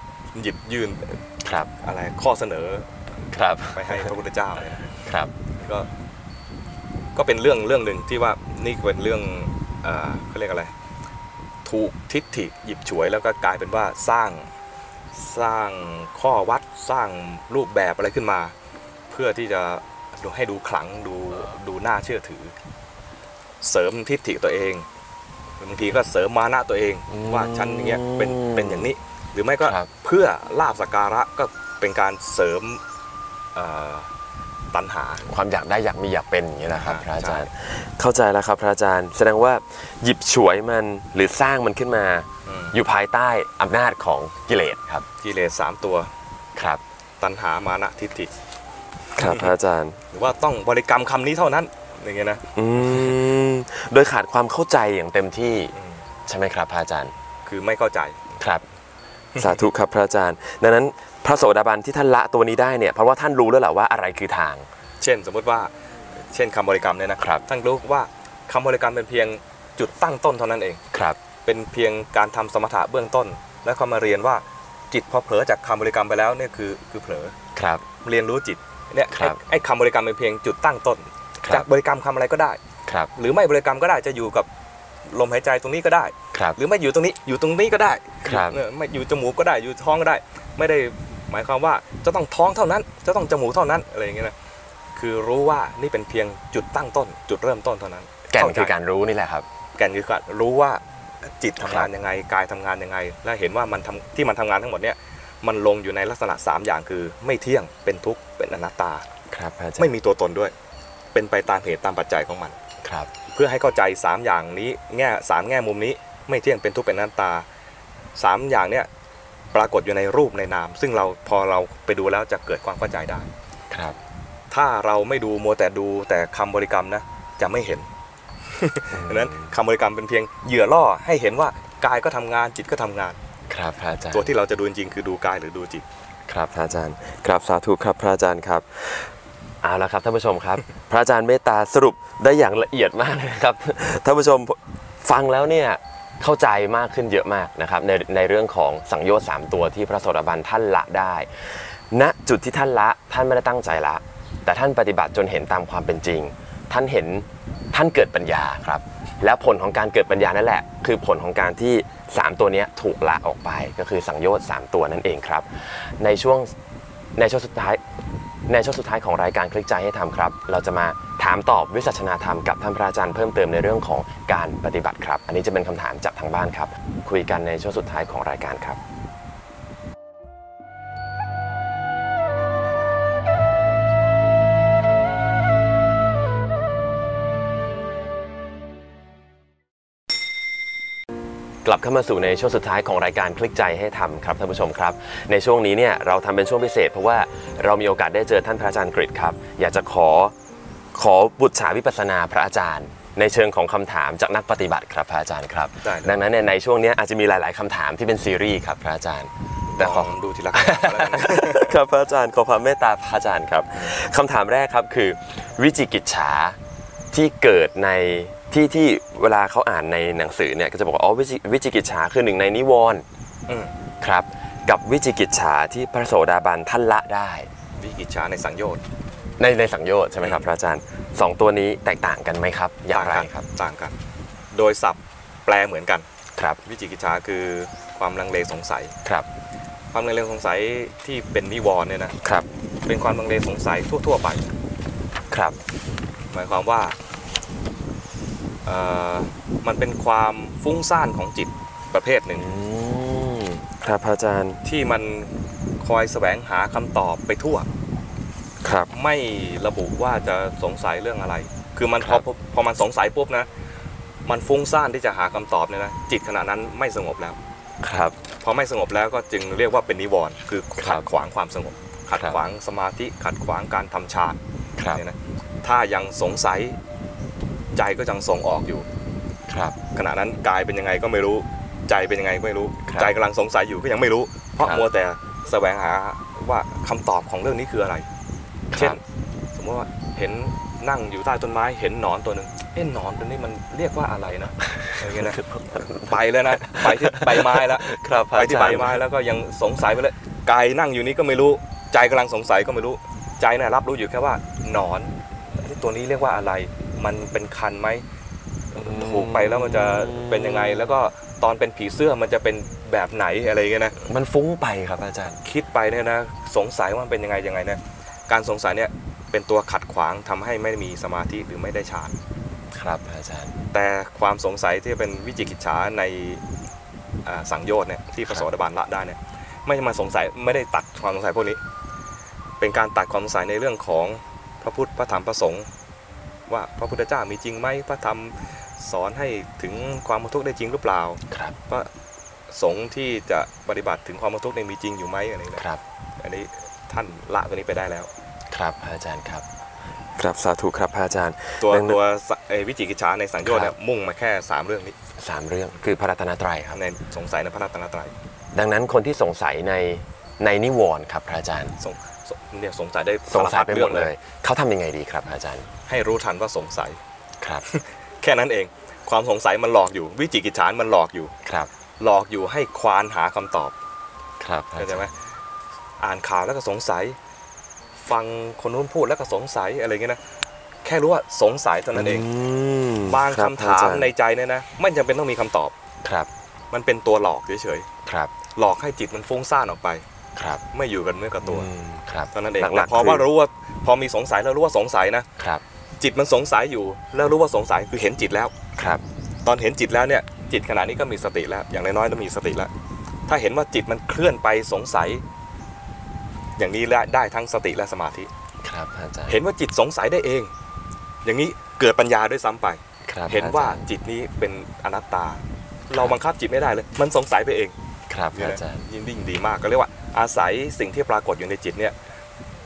[SPEAKER 2] หยิบยื่น
[SPEAKER 1] ครับ
[SPEAKER 2] อะไรข้อเสนอ
[SPEAKER 1] ครับ
[SPEAKER 2] ไปให้พระพุทธเจ้าเนี่ย
[SPEAKER 1] ครับ
[SPEAKER 2] ก็ก็เป็นเรื่องเรื่องหนึ่งที่ว่านี่เป็นเรื่องเอ่อเขาเรียกอะไร ถูกทิฏฐิหยิบฉวยแล้วก็กลายเป็นว่าสร้างสร้างข้อวัดสร้างรูปแบบอะไรขึ้นมา เพื่อที่จะดูให้ดูขลังดูดูน่าเชื่อถือ เสริมทิฏฐิตัวเองบางทีก็เสริมมานะตัวเอง ว่าฉันอย่างเงี้ยเป็นเป็นอย่างนี้ หรือไม่ก็
[SPEAKER 1] ครับ
[SPEAKER 2] เพื่อลาบสกการะก็เป็นการเสริมเอ่อตัณหา
[SPEAKER 1] ความอยากได้อยากมีอยากเป็นอย่างนี้นะครับ
[SPEAKER 2] อ่า
[SPEAKER 1] พระอาจารย์
[SPEAKER 2] ใช่
[SPEAKER 1] เข้าใจแล้วครับพระอาจารย์ แสดงว่าหยิบฉวยมันหรือสร้างมันขึ้นมา
[SPEAKER 2] อืม
[SPEAKER 1] อยู่ภายใต้อำนาจของกิเลสครับ
[SPEAKER 2] กิเลสสามตัว
[SPEAKER 1] ครับ
[SPEAKER 2] ตัณหามานะทิฏฐิ
[SPEAKER 1] ครับพระอาจารย์
[SPEAKER 2] หรือว่าต้องบริกรรมคำนี้เท่านั้นอย่างเงี้ยนะ
[SPEAKER 1] อืมโดยขาดความเข้าใจอย่างเต็มที่ใช่ไหมครับพระอาจารย์
[SPEAKER 2] คือไม่เข้าใจ
[SPEAKER 1] ครับ สาธุครับพระอาจารย์ ดังนั้นพระโสดาบันที่ท่านละตัวนี้ได้เนี่ยเพราะว่าท่านรู้แล้วแหละว่าอะไรคือทาง
[SPEAKER 2] เช่น สมมุติว่าเช่นคำบริกรรมเนี่ยนะครับ ท่านรู้ว่าคำบริกรรมเป็นเพียงจุดตั้งต้นเท่านั้นเอง
[SPEAKER 1] ครับ
[SPEAKER 2] เป็นเพียงการทำสมถะเบื้องต้น แล้วก็มาเรียนว่าจิตพอเผลอจากคำบริกรรมไปแล้วเนี่ยคือคือเผลอ
[SPEAKER 1] ครับ
[SPEAKER 2] เรียนรู้จิตเนี่ย
[SPEAKER 1] ครับ
[SPEAKER 2] ไอ้ไอ้คำบริกรรมเป็นเพียงจุดตั้งต้น
[SPEAKER 1] ครั
[SPEAKER 2] จะ
[SPEAKER 1] บบ
[SPEAKER 2] ริกรรมคำอะไรก็ได้
[SPEAKER 1] ครับ
[SPEAKER 2] หรือไม่บริกรรมก็ได้จะอยู่กับลมหายใจตรงนี้ก็ได้
[SPEAKER 1] ครับ
[SPEAKER 2] หรือไม่อยู่ตรงนี้อยู่ตรงนี้ก็ได้
[SPEAKER 1] ครับ
[SPEAKER 2] เออไม่อยู่จมูกก็ได้อยู่ท้องก็ได้ ไม่ได้หมายความว่าจะต้องท้องเท่านั้น จะต้องจมูกเท่านั้นอะไรอย่างเงี้ยนะคือรู้ว่านี่เป็นเพียงจุดตั้งต้น จุดเริ่มต้นเท่านั้น
[SPEAKER 1] แก่น
[SPEAKER 2] เข้ใจ
[SPEAKER 1] คือการรู้นี่แหละครับ
[SPEAKER 2] แก่นคือการรู้ว่าจิตทำงา
[SPEAKER 1] ค
[SPEAKER 2] น
[SPEAKER 1] รับ
[SPEAKER 2] ยังไงกายทำงานยังไง และเห็นว่ามันทำที่มันทำงานทั้งหมดเนี่ยมันลงอยู่ในลักษณะสามอย่างคือ ไม่เที่ยงเป็นทุกข์เป็นอนัตตา
[SPEAKER 1] ครับพระอาจารย์
[SPEAKER 2] ไม่มีตัวตนด้วย เป็นไปตามเหตุตามปัจจัยของมัน
[SPEAKER 1] ครับ
[SPEAKER 2] เพื่อให้เข้าใจ 3 อย่างนี้แง่สามแง่มุมนี้ไม่เที่ยงเป็นทุกข์เป็นอนัตตา 3 อย่างเนี่ยปรากฏอยู่ในรูปในนาม ซึ่งเราพอเราไปดูแล้วจะเกิดความเข้าใจได้
[SPEAKER 1] ครับ
[SPEAKER 2] ถ้าเราไม่ดูมัวแต่ดูแต่คำบริกรรมนะจะไม่เห็นดังนั้นคำบริกรรมเป็นเพียงเหยื่อล่อให้เห็นว่ากายก็ทำงานจิตก็ทำงาน
[SPEAKER 1] ครับพระอาจารย์
[SPEAKER 2] ตัวที่เราจะดูจริงๆคือดูกายหรือดูจิต
[SPEAKER 1] ครับพระอาจารย์กราบสาธุครับพระอาจารย์ครับ เอาละครับท่านผู้ชมครับ พระอาจารย์เมตตาสรุปได้อย่างละเอียดมากเลยนะครับ ท่านผู้ชมฟังแล้วเนี่ยเข้าใจมากขึ้นเยอะมากนะครับในในเรื่องของสังโยชน์สามตัวที่พระโสดาบันท่านละได้ ณจุดที่ท่านละท่านไม่ได้ตั้งใจละ แต่ท่านปฏิบัติจนเห็นตามความเป็นจริง ท่านเห็นท่านเกิดปัญญาครับ แล้วผลของการเกิดปัญญานั่นแหละ คือผลของการที่ 3 ตัวเนี้ยถูกละออกไปก็คือสังโยชน์3ตัวนั่นเองครับ ในช่วงในช่วงสุดท้าย ในช่วงสุดท้ายของรายการคลิกใจให้ทำครับ เราจะมาถามตอบวิสัชนาธรรมกับท่านพระอาจารย์เพิ่มเติมในเรื่องของการปฏิบัติครับ อันนี้จะเป็นคำถามจากทางบ้านครับ คุยกันในช่วงสุดท้ายของรายการครับ กลับเข้ามาสู่ในช่วงสุดท้ายของรายการคลิกใจให้ทำครับท่านผู้ชมครับ ในช่วงนี้เนี่ยเราทำเป็นช่วงพิเศษ เพราะว่าเรามีโอกาสได้เจอท่านพระอาจารย์กฤษครับ อยากจะขอขอบุตรฉาวิปัสสนาพระอาจารย์ ในเชิงของคำถามจากนักปฏิบัติครับพระอาจารย์ครับ
[SPEAKER 2] ได้ครับ
[SPEAKER 1] ดังนั้นเนี่ยในช่วงเนี้ยอาจจะมีหลาย ๆคำถามที่เป็นซีรีส์ครับพระอาจารย์ แต่ข
[SPEAKER 2] ล
[SPEAKER 1] อ
[SPEAKER 2] องดูทีละคำแล้วกันนะ
[SPEAKER 1] ครับพระอาจารย์ขอความเมตตาพระอาจารย์ครับคำถามแรกครับคือ วิจิกิจฉาที่เกิดในที่ที่เวลาเขาอ่านในหนังสือเนี่ยก็จะบอกว่าอ๋อวิจิวิจิกิจฉาคือหนึ่งในนิวรณ์
[SPEAKER 2] อืม
[SPEAKER 1] ครับ กับวิจิกิจฉาที่พระโสดาบันท่านละได้
[SPEAKER 2] วิกิจฉาในสังโยชน์
[SPEAKER 1] ในในสังโยชน์ใช่ไหมครับพระอาจารย์สองตัวนี้แตกต่างกันไหมครับ อย่างไร
[SPEAKER 2] ต่าง
[SPEAKER 1] ค
[SPEAKER 2] กั
[SPEAKER 1] รั
[SPEAKER 2] น
[SPEAKER 1] บ
[SPEAKER 2] ต่างกัน โดยศัพท์แปลเหมือนกัน
[SPEAKER 1] ครับ
[SPEAKER 2] วิจิกิจฉาคือความลังเลสงสัย
[SPEAKER 1] ครับ
[SPEAKER 2] ความลังเลสงสัยที่เป็นนิวรณ์เนี่ยนะครับ เป็นความลังเลสงสัยทั่ว ๆ ไป
[SPEAKER 1] ครับ
[SPEAKER 2] หมายความว่าเอ่อมันเป็นความฟุ้งซ่านของจิตประเภทหนึ่ง
[SPEAKER 1] อืมครับพระอาจารย์
[SPEAKER 2] ที่มันคอยแสวงหาคำตอบไปทั่ว
[SPEAKER 1] ครับ
[SPEAKER 2] ไม่ระบุว่าจะสงสัยเรื่องอะไร คือมันพอพอพอมันสงสัยปุ๊บนะ มันฟุ้งซ่านที่จะหาคำตอบเนี่ยนะจิตขณะนั้นไม่สงบแล้ว
[SPEAKER 1] ครับ
[SPEAKER 2] พอไม่สงบแล้วก็จึงเรียกว่าเป็นนิวรณ์คือ
[SPEAKER 1] ครั
[SPEAKER 2] ขั
[SPEAKER 1] บ
[SPEAKER 2] ดขวางความสงบ ขัด
[SPEAKER 1] ครับ
[SPEAKER 2] ขวางสมาธิขัดขวางการทำฌาน
[SPEAKER 1] ครับ
[SPEAKER 2] เนี่ยนะถ้ายังสงสัยใจก็ยังส่งออกอยู่
[SPEAKER 1] ครับ
[SPEAKER 2] ขณะนั้นกายเป็นยังไงก็ไม่รู้ใจเป็นยังไงก็ไม่รู้
[SPEAKER 1] ครับ
[SPEAKER 2] ใจกำลังสงสัยอยู่ก็ยังไม่รู้ เพราะ
[SPEAKER 1] ครับ
[SPEAKER 2] มัวแต่แสวงหาว่าคำตอบของเรื่องนี้คืออะไร
[SPEAKER 1] ครับ
[SPEAKER 2] เช่น สมมติว่าเห็นนั่งอยู่ใต้ต้นไม้เห็นหนอนตัวหนึ่งเอ๊ะหนอนตัวนี้มันเรียกว่าอะไร นะอะไรเงี้ยนะไปแล้วนะไปที่ใบไม้แล้ว
[SPEAKER 1] ครับพระ
[SPEAKER 2] ไป
[SPEAKER 1] อา
[SPEAKER 2] ที่
[SPEAKER 1] จารย์
[SPEAKER 2] ใบไม้แล้วก็ยังสงสัยไปเลยกายนั่งอยู่นี้ก็ไม่รู้ ใจกำลังสงสัยก็ไม่รู้ ใจน่ะรับรู้อยู่แค่ว่าหนอนเอ๊ะตัวนี้เรียกว่าอะไร มันเป็นคันไหม ถูกไปแล้วมันจะเป็นยังไงแล้วก็ตอนเป็นผีเสื้อมันจะเป็นแบบไหนอะไรอย่างเงี้ยนะ
[SPEAKER 1] มันฟุ้งไปครับอาจารย์
[SPEAKER 2] คิดไปเนี่ยนะสงสัยว่ามันเป็นยังไงยังไงนะการสงสัยเนี่ยเป็นตัวขัดขวางทำให้ไม่มีสมาธิหรือไม่ได้ฌาน
[SPEAKER 1] ครับอาจารย์
[SPEAKER 2] แต่ความสงสัยที่เป็นวิจิกิจฉาในอ่าสังโยชน์เนี่ยที่พระโสดาบันละได้เนี่ยไม่มาสงสัยไม่ได้ตัดความสงสัยพวกนี้ เป็นการตัดความสงสัยในเรื่องของพระพุทธพระธรรมพระสงฆ์ว่าพระพุทธเจ้ามีจริงไหมพระธรรมสอนให้ถึงความพ้นทุกข์ได้จริงหรือเปล่า
[SPEAKER 1] ครับ
[SPEAKER 2] พระสงฆ์ที่จะปฏิบัติถึงความบรรทุกข์ในยมีจริงอยู่ไหมอะไร
[SPEAKER 1] ค
[SPEAKER 2] เนะ
[SPEAKER 1] รับ
[SPEAKER 2] อันนี้ท่านละตัวนี้ไปได้แล้ว
[SPEAKER 1] ครับอาจารย์ครับ ครับสาธุครับพระอาจารย์
[SPEAKER 2] ตัว
[SPEAKER 1] ดังนั้น
[SPEAKER 2] ตัวสะเอ่อวิจิกิจฉาในสังโยช
[SPEAKER 1] ค
[SPEAKER 2] น์
[SPEAKER 1] รั
[SPEAKER 2] เนี่
[SPEAKER 1] บ
[SPEAKER 2] ยมุ่งมาแค่ 3 เรื่องนี้
[SPEAKER 1] สามเรื่องคือพระรัตนตรัยครับ
[SPEAKER 2] ในสงสัยในพระรัตนตรัย
[SPEAKER 1] ดังนั้นคนที่สงสัยในในนิวรณ์ครับพระอาจารย์
[SPEAKER 2] สงสงเนี่ยสงสัยได้
[SPEAKER 1] สงสัย
[SPEAKER 2] ารพั
[SPEAKER 1] ไปหมดเลย เขาทำยังไงดีครับพระอาจารย์
[SPEAKER 2] ให้รู้ทันว่าสงสัย
[SPEAKER 1] ครับ
[SPEAKER 2] แค่นั้นเอง ความสงสัยมันหลอกอยู่ วิจิกิจฉามันหลอกอยู่
[SPEAKER 1] ครับ
[SPEAKER 2] หลอกอยู่ให้ควานหาคำตอบ
[SPEAKER 1] ครับพระ
[SPEAKER 2] เข้า
[SPEAKER 1] อา
[SPEAKER 2] ใจ
[SPEAKER 1] จาร
[SPEAKER 2] ไหม
[SPEAKER 1] ย์
[SPEAKER 2] อ่านข่าวแล้วก็สงสัย ฟังคนนู้นพูดแล้วก็สงสัยอะไรเงี้ยนะแค่รู้ว่าสงสัยเท่านั้นเอง
[SPEAKER 1] ม
[SPEAKER 2] บาง
[SPEAKER 1] รั
[SPEAKER 2] คำ
[SPEAKER 1] พระ
[SPEAKER 2] ถาม
[SPEAKER 1] อจรย์
[SPEAKER 2] ในใจเนี่ยนะไม่จำเป็นต้องมีคำตอบ
[SPEAKER 1] ครับ
[SPEAKER 2] มันเป็นตัวหลอกเฉย
[SPEAKER 1] ครับ
[SPEAKER 2] ๆหลอกให้จิตมันฟุ้งซ่านออกไป
[SPEAKER 1] ครับ
[SPEAKER 2] ไม่อยู่กันเมื่อกับตัว
[SPEAKER 1] อืมครับ
[SPEAKER 2] เท่านั้นเอ
[SPEAKER 1] ห
[SPEAKER 2] งแต่
[SPEAKER 1] ลักๆ
[SPEAKER 2] พอ
[SPEAKER 1] คือ
[SPEAKER 2] ว่ารู้ว่าพอมีสงสัยแล้วรู้ว่าสงสัยนะครับ จิตมันสงสัยอยู่ แล้วรู้ว่าสงสัยคือเห็นจิตแล้ว
[SPEAKER 1] ครับ
[SPEAKER 2] ตอนเห็นจิตแล้วเนี่ยจิตขณะนี้ก็มีสติแล้ว อย่างน้อยๆต้องมีสติแล้ว ถ้าเห็นว่าจิตมันเคลื่อนไปสงสัย อย่างนี้ได้ได้ทั้งสติและสมาธิ
[SPEAKER 1] ครับพระอาจารย์
[SPEAKER 2] เห็นว่าจิตสงสัยได้เอง อย่างนี้เกิดปัญญาด้วยซ้ำไป
[SPEAKER 1] ครับ
[SPEAKER 2] เห็นว่าจิตนี้เป็นอนัตตา เราบังคับจิตไม่ได้เลย มันสงสัยไปเอง
[SPEAKER 1] ครับพระอาจารย์
[SPEAKER 2] ยิ่งยิ่งดีมากก็เรียกว่าอาศัยสิ่งที่ปรากฏอยู่ในจิตเนี่ย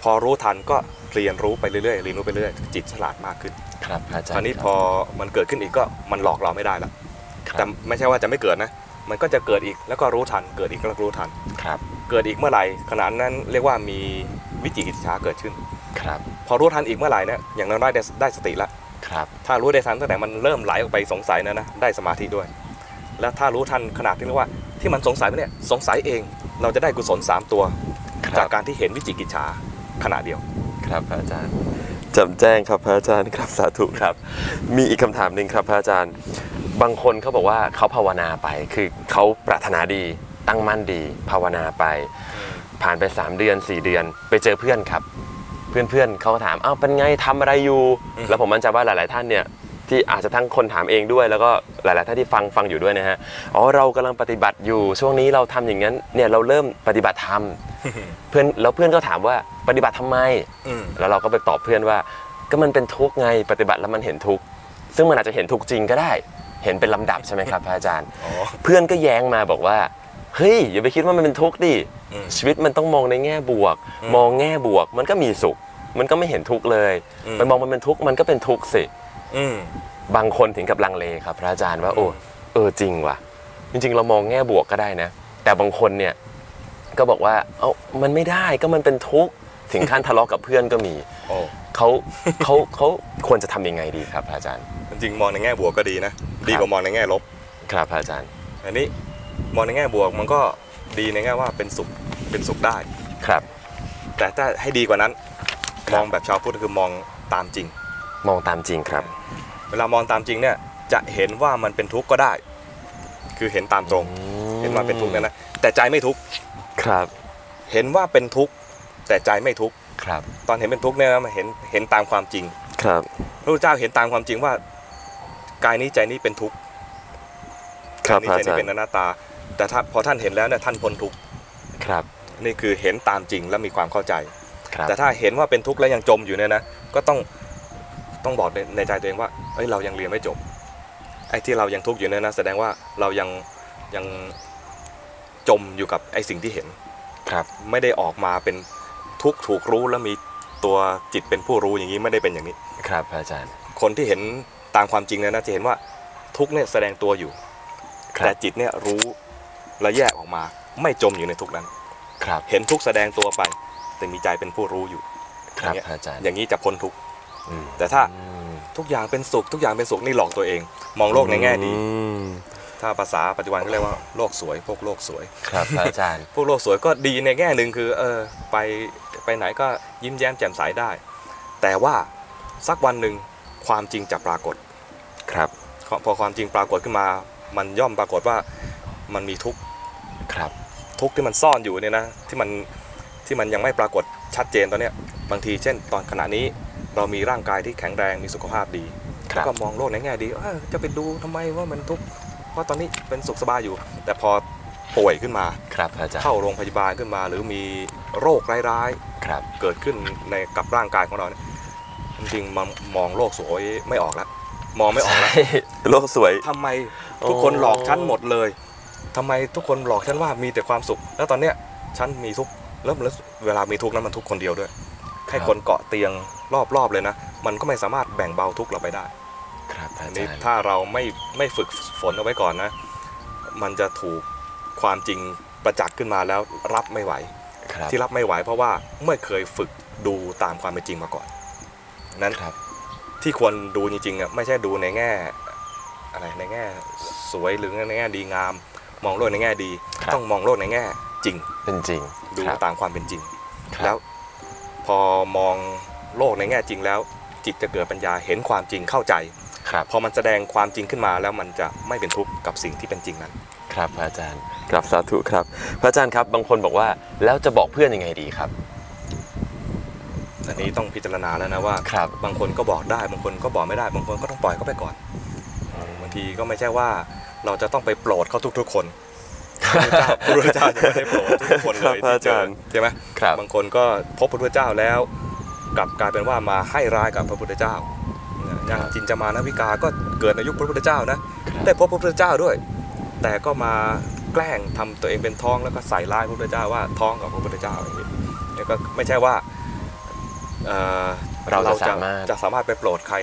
[SPEAKER 2] พอรู้ทันก็เรียนรู้ไปเรื่อยๆเรียนรู้ไปเรื่อยจิตฉลาดมากขึ้น
[SPEAKER 1] ครับพระอาจาร
[SPEAKER 2] ค
[SPEAKER 1] ย์
[SPEAKER 2] ราวนี้พอมันเกิดขึ้นอีกก็มันหลอกเราไม่ได้ละ
[SPEAKER 1] ค
[SPEAKER 2] แต่
[SPEAKER 1] รับ
[SPEAKER 2] ไม่ใช่ว่าจะไม่เกิดนะ มันก็จะเกิดอีกแล้วก็รู้ทัน เกิดอีกแล้วก็รู้ทัน
[SPEAKER 1] ครับ
[SPEAKER 2] เกิดอีกเมื่อไหร่ขณะนั้นเรียกว่ามีวิจิกิจฉาเกิดขึ้น
[SPEAKER 1] ครับ
[SPEAKER 2] พอรู้ทันอีกเมื่อไหร่เนี่ยอย่างน้อยๆได้ได้สติละ
[SPEAKER 1] ครับ
[SPEAKER 2] ถ้ารู้ได้ทันตั้งแต่มันเริ่มไหลออกไปสงสัยนะนะได้สมาธิด้วย และถ้ารู้ทันขนาดที่เรียกว่าที่มันสงสัยไปเนี่ยสงสัยเอง เราจะได้กุศลสามตัว
[SPEAKER 1] ค
[SPEAKER 2] จา
[SPEAKER 1] รั
[SPEAKER 2] ก
[SPEAKER 1] บ
[SPEAKER 2] การที่เห็นวิจิกิจฉาขณะเดียว
[SPEAKER 1] ครับพระอาจารย์จำแจ้งครับพระอาจารย์ครับสาธุครับ มีอีกคำถามหนึ่งครับพระอาจารย์ บางคนเขาบอกว่าเขาภาวนาไปคือเขาปรารถนาดีตั้งมั่นดี ภาวนาไป ผ่านไป 3 เดือน 4 เดือน ไปเจอเพื่อนครับ เพื่อนๆเขาก็ถามอ้าวเป็นไงทำอะไรอยู่
[SPEAKER 2] อืม
[SPEAKER 1] แล้วผมมั่นใจว่าหลายๆท่านเนี่ยที่อาจจะทั้งคนถามเองด้วย แล้วก็หลายๆท่านที่ฟังฟังอยู่ด้วยนะฮะอ๋อเรากำลังปฏิบัติอยู่ ช่วงนี้เราทำอย่างนั้นเนี่ยเราเริ่มปฏิบัติธรรมเพื่อนแล้วเพื่อนก็ถามว่าปฏิบัติทำไม
[SPEAKER 2] อืม
[SPEAKER 1] แล้วเราก็ไปตอบเพื่อนว่า ก็มันเป็นทุกข์ไงปฏิบัติแล้วมันเห็นทุกข์ซึ่งมันอาจจะเห็นทุกข์จริงก็ได้ เห็นเป็นลำดับใช่ไหมครับพระอาจารย์
[SPEAKER 2] อ๋อ
[SPEAKER 1] เพื่อนก็แย้งมาบอกว่าเฮ้ยอย่าไปคิดว่ามันเป็นทุกข์ดิ
[SPEAKER 2] อืม
[SPEAKER 1] ชีวิตมันต้องมองในแง่บวก
[SPEAKER 2] อืม
[SPEAKER 1] มองแง่บวก มันก็มีสุข มันก็ไม่เห็นทุกข์เลย
[SPEAKER 2] อืม
[SPEAKER 1] ไปมองมันเป็นทุกข์มันก็เป็นทุกข์สิ
[SPEAKER 2] อืม
[SPEAKER 1] บางคนถึงกับลังเลครับ พระอาจารย์ว่าโอ้
[SPEAKER 2] อืม
[SPEAKER 1] เออจริงว่ะ จริงๆ เรามองแง่บวกก็ได้นะ แต่บางคนเนี่ยก็บอกว่าเอ้ามันไม่ได้ก็มันเป็นทุกข์ถึงขั้นทะเลาะกับเพื่อนก็มี
[SPEAKER 2] โอ้
[SPEAKER 1] เขา เขาเขาควรจะทำยังไงดีครับพระอาจารย์
[SPEAKER 2] จริงมองในแง่บวกก็ดีนะ ดีกว่ามองในแง่ลบ
[SPEAKER 1] ครับพระอาจารย์
[SPEAKER 2] อันนี้มองในแง่บวกมันก็ดีในแง่ว่าเป็นสุขเป็นสุขได้
[SPEAKER 1] ครับ
[SPEAKER 2] แต่ถ้าให้ดีกว่านั้น
[SPEAKER 1] ครับ
[SPEAKER 2] มองแบบชาวพุทธคือมองตามจริง
[SPEAKER 1] มองตามจริงครับ
[SPEAKER 2] เวลามองตามจริงเนี่ยจะเห็นว่ามันเป็นทุกข์ก็ได้ คือเห็นตามตรง เห็นว่าเป็นทุกข์เนยนะแต่ใจไม่ทุกข์
[SPEAKER 1] ครับ
[SPEAKER 2] เห็นว่าเป็นทุกข์แต่ใจไม่ทุกข์
[SPEAKER 1] ครับ
[SPEAKER 2] ตอนเห็นเป็นทุกข์เนี่ยนะมันเห็นเห็นตามความจริง
[SPEAKER 1] ครับ
[SPEAKER 2] พระพุทธเจ้าเห็นตามความจริงว่า กายนี้ใจนี้เป็นทุกข์
[SPEAKER 1] ครั
[SPEAKER 2] กา
[SPEAKER 1] บ
[SPEAKER 2] ยนี้
[SPEAKER 1] พระ
[SPEAKER 2] ใจ
[SPEAKER 1] อาจา
[SPEAKER 2] นี้
[SPEAKER 1] ร
[SPEAKER 2] เป็นอ
[SPEAKER 1] ย์
[SPEAKER 2] นัตตา แต่ถ้าพอท่านเห็นแล้วเนี่ยท่านพ้นทุกข์
[SPEAKER 1] ครับ
[SPEAKER 2] นี่คือเห็นตามจริงและมีความเข้าใจ
[SPEAKER 1] ครับ
[SPEAKER 2] แต่ถ้าเห็นว่าเป็นทุกข์แล้วยังจมอยู่เนี่ยนะ ก็ต้องต้องบอกในในใจตัวเองว่าเอ้ยเรายังเรียนไม่จบ ไอ้ที่เรายังทุกข์อยู่เนี่ยนะแสดงว่าเรายังยังจมอยู่กับไอ้สิ่งที่เห็น
[SPEAKER 1] ครับ
[SPEAKER 2] ไม่ได้ออกมาเป็นทุกข์ถูกรู้แล้วมีตัวจิตเป็นผู้รู้อย่างนี้ไม่ได้เป็นอย่างนี้
[SPEAKER 1] ครับพระอาจารย์
[SPEAKER 2] คนที่เห็นตามความจริงเนี่ยนะจะเห็นว่าทุกข์เนี่ยแสดงตัวอยู่
[SPEAKER 1] ค
[SPEAKER 2] แต่
[SPEAKER 1] รับ
[SPEAKER 2] จิตเนี่ยรู้และแยกออกมา ไม่จมอยู่ในทุกข์นั้น
[SPEAKER 1] ครับ
[SPEAKER 2] เห็นทุกข์แสดงตัวไป แต่มีใจเป็นผู้รู้อยู่
[SPEAKER 1] ครับ
[SPEAKER 2] อย่างเงี้ย
[SPEAKER 1] พระอาจารย์
[SPEAKER 2] อย่างนี้จะพ้นทุกข์
[SPEAKER 1] อืม
[SPEAKER 2] แต่ถ้า ทุกอย่างเป็นสุขทุกอย่างเป็นสุขนี่หลอกตัวเอง มองโลกในแง่ดี
[SPEAKER 1] อืม
[SPEAKER 2] ถ้าภาษาปัจจุบันก็เรียกว่าโลกสวย พวกโลกสวย
[SPEAKER 1] ครับพระอาจารย์
[SPEAKER 2] พวกโลกสวยก็ดีในแง่หนึ่งคือเออไปไปไหนก็ยิ้มแย้มแจ่มใสได้ แต่ว่าสักวันหนึ่งความจริงจะปรากฏ
[SPEAKER 1] ครับ
[SPEAKER 2] พอความจริงปรากฏขึ้นมา มันย่อมปรากฏว่ามันมีทุกข์
[SPEAKER 1] ครับ
[SPEAKER 2] ทุกข์ที่มันซ่อนอยู่เนี่ยนะที่มันที่มันยังไม่ปรากฏชัดเจนตอนเนี้ยบางทีเช่น ตอนขณะนี้เรามีร่างกายที่แข็งแรงมีสุขภาพดี
[SPEAKER 1] ครับ
[SPEAKER 2] ก็มองโลกในแง่ดีเอ้อจะไปดูทำไมว่ามันทุกข์เพราะตอนนี้เป็นสุขสบายอยู่ แต่พอป่วยขึ้นมา
[SPEAKER 1] ครับพระอาจารย์
[SPEAKER 2] เข้าโรงพยาบาลขึ้นมา หรือมีโรคร้าย
[SPEAKER 1] ครับ
[SPEAKER 2] ๆ เกิดขึ้นในกับร่างกายของเราเนี่ยจริงๆมันมองโลกสวยไม่ออกละมองไม่ออกละ
[SPEAKER 1] โลกสวย
[SPEAKER 2] ทำไมทุกคนหลอกฉันหมดเลยทำไมทุกคนหลอกฉันว่ามีแต่ความสุข แล้วตอนเนี้ยฉันมีทุกข์แล้วแล้วเวลามีทุกข์นั้นมันทุกข์คนเดียวด้วยให้
[SPEAKER 1] ครับ
[SPEAKER 2] คนเกาะเตียงรอบๆเลยนะ มันก็ไม่สามารถแบ่งเบาทุกข์เราไปได้
[SPEAKER 1] ครับพระ
[SPEAKER 2] อั
[SPEAKER 1] อาน จา
[SPEAKER 2] นี้
[SPEAKER 1] รย์
[SPEAKER 2] ถ้าเราไม่ไม่ฝึกฝนเอาไว้ก่อนนะ มันจะถูกความจริงประจักษ์ขึ้นมาแล้วรับไม่ไหว
[SPEAKER 1] ครับ
[SPEAKER 2] ที่รับไม่ไหวเพราะว่าไม่เคยฝึกดูตามความเป็นจริงมาก่อนนั้น
[SPEAKER 1] ครับ
[SPEAKER 2] ที่ควรดูจริงๆอ่ะไม่ใช่ดูในแง่อะไรในแง่สวยหรือในแง่ดีงาม มองโลกในแง่ดี
[SPEAKER 1] ครับ
[SPEAKER 2] ต้องมองโลกในแง่จริง
[SPEAKER 1] เป็นจริง
[SPEAKER 2] ดู
[SPEAKER 1] ครับ
[SPEAKER 2] ตามความเป็นจริง
[SPEAKER 1] ครับ
[SPEAKER 2] แล้วพอมองโลกในแง่จริงแล้ว จิตจะเกิดปัญญาเห็นความจริงเข้าใจ
[SPEAKER 1] ครับ
[SPEAKER 2] พอมันแสดงความจริงขึ้นมาแล้วมันจะไม่เป็นทุกข์กับสิ่งที่เป็นจริงนั้น
[SPEAKER 1] ครับพระอาจารย์ ครับสาธุครับ พระอาจารย์ครับ บางคนบอกว่า แล้วจะบอกเพื่อนยังไงดีครับ
[SPEAKER 2] อันนี้ต้องพิจารณาแล้วนะว่า
[SPEAKER 1] ครับ
[SPEAKER 2] บางคนก็บอกได้ บางคนก็บอกไม่ได้ บางคนก็ต้องปล่อยเขาไปก่อน บางทีก็ไม่ใช่ว่าเราจะต้องไปโปรดเขาทุก ๆ คนพระพุทธเจ้าพระพุทธเจ้าจะไม่ได้โปรดทุกคนเลย
[SPEAKER 1] ครับพระ
[SPEAKER 2] ที่
[SPEAKER 1] อา
[SPEAKER 2] เจ
[SPEAKER 1] จา
[SPEAKER 2] อ
[SPEAKER 1] รย์
[SPEAKER 2] ใช่ไหม
[SPEAKER 1] ครับ
[SPEAKER 2] บางคนก็พบพระพุทธเจ้าแล้ว กลับกลายเป็นว่ามาให้ร้ายกับพระพุทธเจ้าอ
[SPEAKER 1] ครั
[SPEAKER 2] ย่าง
[SPEAKER 1] บ
[SPEAKER 2] จินจามานวิกาก็เกิดในยุคพระพุทธเจ้านะ ได้พบพระพุทธเจ้าด้วย แต่ก็มาแกล้งทำตัวเองเป็นท้องแล้วก็ใส่ร้ายพระพุทธเจ้าว่าท้องกับพระพุทธเจ้าอย่างนี้แล้วก็ไม่ใช่ว่าเอ่อ
[SPEAKER 1] เราจะสามารถ
[SPEAKER 2] จะสามารถไปโปรดใคร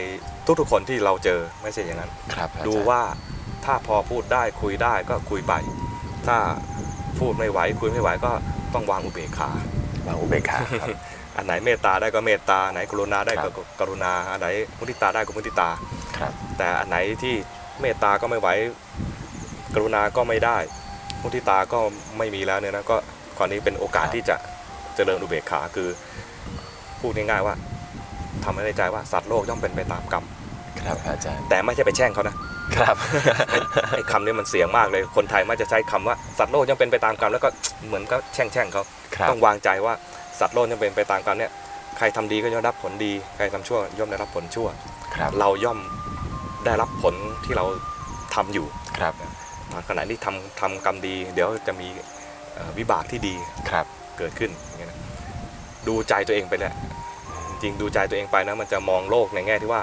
[SPEAKER 2] ทุกๆคนที่เราเจอไม่ใช่อย่างนั้น
[SPEAKER 1] ครับพระอจรย์
[SPEAKER 2] ดูว่าถ้าพอพูดได้คุยได้ก็คุยไป ถ้าพูดไม่ไหวคุยไม่ไหวก็ต้องวางอุเบกขา
[SPEAKER 1] วางอุเบกขาครับ
[SPEAKER 2] อันไหนเมตตาได้ก็เมตตาอันไหนกรุณาได้
[SPEAKER 1] ครั
[SPEAKER 2] ก็
[SPEAKER 1] บ
[SPEAKER 2] กรุณาอันไหนมุทิตาได้ก็มุทิตา
[SPEAKER 1] ครับ
[SPEAKER 2] แต่อันไหนที่เมตตาก็ไม่ไหวกรุณาก็ไม่ได้ มุทิตาก็ไม่มีแล้วเนี่ยนะก็คราวนี้เป็นโอกาส
[SPEAKER 1] ครับ
[SPEAKER 2] ที่จะเจริญอุเบกขาคือพูดง่ายๆว่าทำให้ในใจว่าสัตว์โลกย่อมเป็นไปตามกรรม
[SPEAKER 1] ครับอาจารย์
[SPEAKER 2] แต่ไม่ใช่ไปแช่งเขานะครับ ไอ้คำนี้มันเสียงมากเลยคนไทยมักจะใช้คำว่าสัตว์โลกย่อมเป็นไปตามกรรมแล้วก็เหมือนก็แช่งแช่งๆเขา
[SPEAKER 1] ครับ
[SPEAKER 2] ต้องวางใจว่าสัตว์โลกย่อมเป็นไปตามกรรมเนี่ยใครทำดีก็ย่อมได้รับผลดี ใครทำชั่วย่อมได้รับผลชั่ว
[SPEAKER 1] ครับ
[SPEAKER 2] เราย่อมได้รับผลที่เราทำอยู่
[SPEAKER 1] ครับ
[SPEAKER 2] ขณะที่ทำทำกรรมดี เดี๋ยวจะมีเอ่อวิบากที่ดี
[SPEAKER 1] ครับ
[SPEAKER 2] เกิดขึ้นอย่างเงี้ยนะดูใจตัวเองไปแหละจริงๆดูใจตัวเองไปนะมันจะมองโลกในแง่ที่ว่า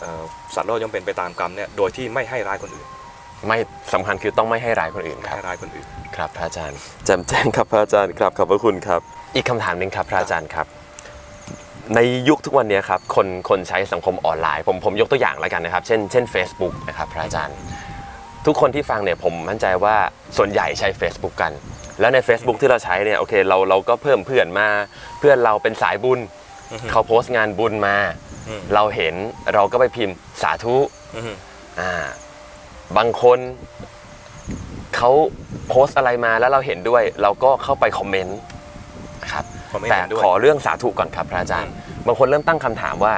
[SPEAKER 2] เอ่อสัตว์โลกย่อมเป็นไปตามกรรมเนี่ยโดยที่ไม่ให้ร้ายคนอื่น
[SPEAKER 1] ไม่สำคัญคือต้องไม่ให้ร้ายคนอื่น
[SPEAKER 2] ไม่
[SPEAKER 1] ครับ
[SPEAKER 2] ให้ร้ายคนอื่น
[SPEAKER 1] ครับพระอาจารย์แจมแจ้งครับพระอาจารย์ครับขอบพระคุณครับ อีกคำถามหนึ่งครับพระอาจารย์ครับ ในยุคทุกวันเนี้ยครับคนคนใช้สังคมออนไลน์ ผมผมยกตัวอย่างแล้วกันนะครับ เช่นเช่น Facebook นะครับพระอาจารย์ ทุกคนที่ฟังเนี่ยผมมั่นใจว่าส่วนใหญ่ใช้ Facebook กัน แล้วใน Facebook ที่เราใช้เนี่ยโอเคเราเราก็เพิ่มเพื่อนมา เพื่อนเราเป็นสายบุญ
[SPEAKER 2] อือฮึ
[SPEAKER 1] เขาโพสต์งานบุญมา
[SPEAKER 2] อืม
[SPEAKER 1] เราเห็นเราก็ไปพิมพ์สาธุ
[SPEAKER 2] อืม
[SPEAKER 1] อ่าบางคนเขาโพสต์อะไรมาแล้วเราเห็นด้วย เราก็เข้าไปคอมเมนต์นะครับ
[SPEAKER 2] ผมไม่
[SPEAKER 1] แต่
[SPEAKER 2] เห็นด้วย
[SPEAKER 1] ขอเรื่องสาธุก่อนครับพระอาจารย์ บางคนเริ่มตั้งคำถามว่า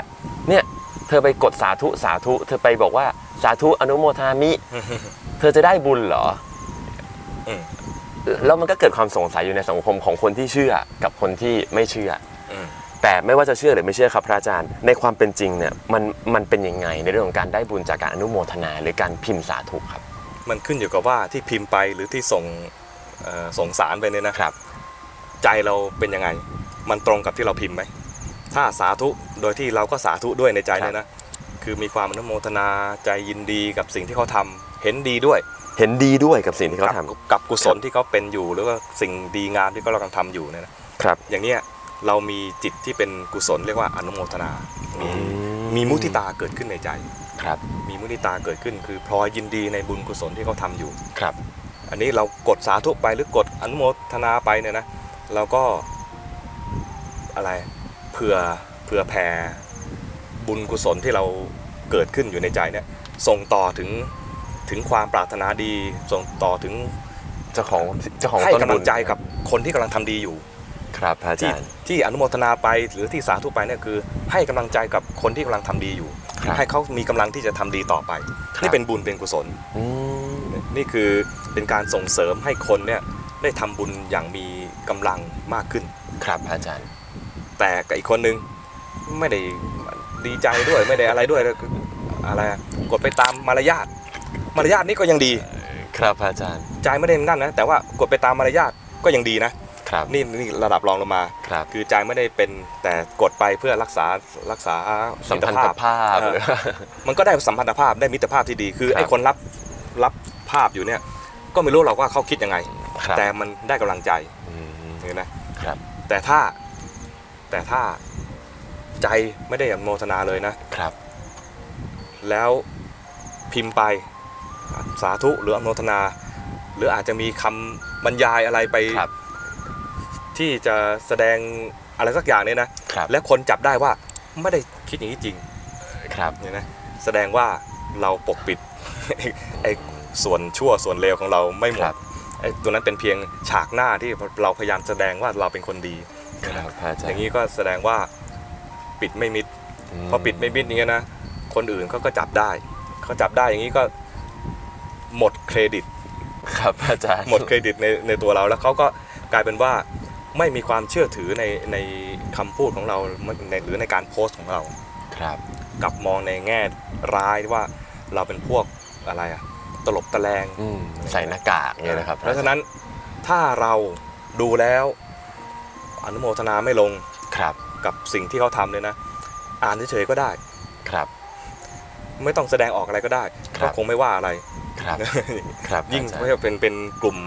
[SPEAKER 1] เนี่ยเธอไปกดสาธุสาธุ เธอไปบอกว่าสาธุอนุโมทามิ เธอจะได้บุญเหรออ
[SPEAKER 2] ม
[SPEAKER 1] แล้วมันก็เกิดความสงสัยอยู่ในสังคมของคนที่เชื่อกับคนที่ไม่เชื่อ
[SPEAKER 2] อืม
[SPEAKER 1] แต่ไม่ว่าจะเชื่อหรือไม่เชื่อครับพระอาจารย์ ในความเป็นจริงเนี่ยมันมันเป็นยังไงในเรื่องของการได้บุญจากการอนุโมทนาหรือการพิมพ์สาธุครับ
[SPEAKER 2] มันขึ้นอยู่กับว่าที่พิมพ์ไปหรือที่ส่งเอ่อส่งสารไปเนี่ยนะครับ ใจเราเป็นยังไง มันตรงกับที่เราพิมพ์ไหม ถ้าสาธุโดยที่เราก็สาธุด้วยในใจเลยนะ คือมีความอนุโมทนาใจยินดีกับสิ่งที่เขาทำเห็นดีด้วย
[SPEAKER 1] เห็นดีด้วยกับสิ่งที่เขา
[SPEAKER 2] กั
[SPEAKER 1] ทำ
[SPEAKER 2] บกับกุศลที่เขาเป็นอยู่ หรือว่าสิ่งดีงามที่เขากำลังทำอยู่เนี่ยนะครับ อย่างเนี้ยเรามีจิตที่เป็นกุศลเรียกว่าอนุโมทนามี
[SPEAKER 1] อืม
[SPEAKER 2] มีมุทิตาเกิดขึ้นในใจ
[SPEAKER 1] ครับ
[SPEAKER 2] มีมุทิตาเกิดขึ้น คือพลอยยินดีในบุญกุศลที่เขาทำอยู่
[SPEAKER 1] ครับ
[SPEAKER 2] อันนี้เรากดสาธุไปหรือกดอนุโมทนาไปเนี่ยนะเราก็อะไรเผื่อเผื่อแผ่บุญกุศลที่เราเกิดขึ้นอยู่ในใจเนี่ยส่งต่อถึงถึงความปรารถนาดี ส่งต่อถึง
[SPEAKER 1] เจ้าของเจ้าของ
[SPEAKER 2] ให้
[SPEAKER 1] ต้น
[SPEAKER 2] กำ
[SPEAKER 1] บุ
[SPEAKER 2] ลั
[SPEAKER 1] ญ
[SPEAKER 2] งใจกับคนที่กำลังทำดีอยู่
[SPEAKER 1] ครับพระอา
[SPEAKER 2] ที่
[SPEAKER 1] จารย์
[SPEAKER 2] ที่อนุโมทนาไปหรือที่สาธุไปเนี่ยคือ ให้กำลังใจกับคนที่กำลังทำดีอยู่
[SPEAKER 1] ครับ
[SPEAKER 2] ให้เขามีกำลังที่จะทำดีต่อไป
[SPEAKER 1] ครับ
[SPEAKER 2] นี่เป็นบุญเป็นกุศล
[SPEAKER 1] อืม
[SPEAKER 2] นี่คือเป็นการส่งเสริมให้คนเนี่ยได้ทำบุญอย่างมีกำลังมากขึ้น
[SPEAKER 1] ครับพระอาจารย์
[SPEAKER 2] แต่กับอีกคนนึงไม่ได้ดีใจด้วยไม่ได้อะไรด้วยอะไรอะกดไปตามมารยาทมารยาทนี่ก็ยังดี
[SPEAKER 1] ครับพระอาจารย์
[SPEAKER 2] ใจไม่ได้นั่นนะแต่ว่ากดไปตามมารยาทก็ยังดีนะครับ นี่นี่ระดับรองลงมา
[SPEAKER 1] ครับ
[SPEAKER 2] คือใจไม่ได้เป็นแต่กดไปเพื่อรักษารักษา
[SPEAKER 1] สัมพันธภาพ
[SPEAKER 2] เอ
[SPEAKER 1] ห
[SPEAKER 2] อ
[SPEAKER 1] รือว่า
[SPEAKER 2] มันก็ได้สัมพันธภาพได้มิตรภาพที่ดี คื
[SPEAKER 1] ค
[SPEAKER 2] อ
[SPEAKER 1] รับ
[SPEAKER 2] ไอ้คนรับรับภาพอยู่เนี่ยก็ไม่รู้หรอกว่าเขาคิดยังไง
[SPEAKER 1] ครับ
[SPEAKER 2] แต่มันได้กำลังใจ
[SPEAKER 1] อืม
[SPEAKER 2] เห็นไหม
[SPEAKER 1] ครับ
[SPEAKER 2] แต่ถ้าแต่ถ้าใจไม่ได้อนุโมทนาเลยนะ
[SPEAKER 1] ครับ
[SPEAKER 2] แล้วพิมพ์ไปสาธุหรืออนุโมทนา หรืออาจจะมีคำบรรยายอะไรไป
[SPEAKER 1] ครับ
[SPEAKER 2] ที่จะแสดงอะไรสักอย่างเนี่ยนะ
[SPEAKER 1] ครับ
[SPEAKER 2] และคนจับได้ว่าไม่ได้คิดอย่างนี้จริง
[SPEAKER 1] ครับ
[SPEAKER 2] เนี่ยนะแสดงว่าเราปกปิด ไอ้ไอ้ส่วนชั่วส่วนเลวของเราไม่ห
[SPEAKER 1] ค
[SPEAKER 2] มด
[SPEAKER 1] รับ
[SPEAKER 2] ไอ้ตัวนั้นเป็นเพียงฉากหน้าที่เราพยายามแสดงว่าเราเป็นคนดี
[SPEAKER 1] ครับพระอาจารย์
[SPEAKER 2] อ
[SPEAKER 1] อย่าง
[SPEAKER 2] นี้ก็แสดงว่าปิดไม่มิดพอปิดไม่มิดอย่างเงี้ยนะคนอื่นเขาก็จับได้เขาจับได้อย่างนี้ก็หมดเคร ดิต
[SPEAKER 1] ครับพระอาจารย์
[SPEAKER 2] หมดเครดิตในในตัวเราแล้วเขาก็กลายเป็นว่าไม่มีความเชื่อถือในในคำพูดของเราในหรือในการโพสต์ของเรา
[SPEAKER 1] ครับ
[SPEAKER 2] กลับมองในแง่ร้ายว่าเราเป็นพวกอะไรอะตลบตะแลง
[SPEAKER 1] อืมใส่หน้ากากเนี่ยนะครับ
[SPEAKER 2] เพราะฉะนั้นถ้าเราดูแล้วอนุโมทนาไม่ลง
[SPEAKER 1] ครับ
[SPEAKER 2] กับสิ่งที่เขาทำเลยนะ อ่านเฉยๆก็ได้
[SPEAKER 1] ครับ
[SPEAKER 2] ไม่ต้องแสดงออกอะไรก็ได้
[SPEAKER 1] ครับ
[SPEAKER 2] ก็คงไม่ว่าอะไร
[SPEAKER 1] ครับครับ
[SPEAKER 2] ยิ่ง
[SPEAKER 1] อาจาร
[SPEAKER 2] ว่าเป็นเป็นกลุ่ม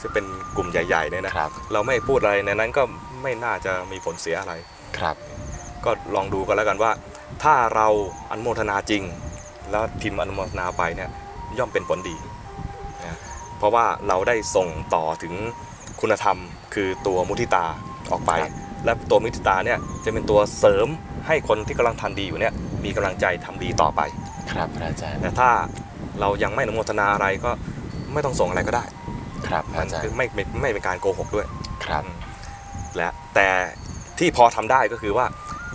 [SPEAKER 2] ที่เป็นกลุ่มใหญ่ๆเนี่ยนะครับ เราไม่พูดอะไรในนั้นก็ไม่น่าจะมีผลเสียอะไร
[SPEAKER 1] ครับ
[SPEAKER 2] ก็ลองดูกันแล้วกันว่า ถ้าเราอนุโมทนาจริง แล้วพิมพ์อนุโมทนาไปเนี่ยย่อมเป็นผลดีนะเพราะว่าเราได้ส่งต่อถึงคุณธรรมคือตัวมุทิตาออกไป
[SPEAKER 1] ครับ
[SPEAKER 2] และตัวมุทิตาเนี่ยจะเป็นตัวเสริมให้คนที่กำลังทำดีอยู่เนี่ยมีกำลังใจทำดีต่อไป
[SPEAKER 1] ครับพระอาจารย์
[SPEAKER 2] แต่ถ้าเรายังไม่อนุโมทนาอะไรก็ไม่ต้องส่งอะไรก็ได้
[SPEAKER 1] ครับพระ
[SPEAKER 2] มัน
[SPEAKER 1] อาจาร
[SPEAKER 2] คือ
[SPEAKER 1] ย์
[SPEAKER 2] ไม่ไม่ไม่เป็นการโกหกด้วย
[SPEAKER 1] ครับ
[SPEAKER 2] และแต่ที่พอทำได้ก็คือว่า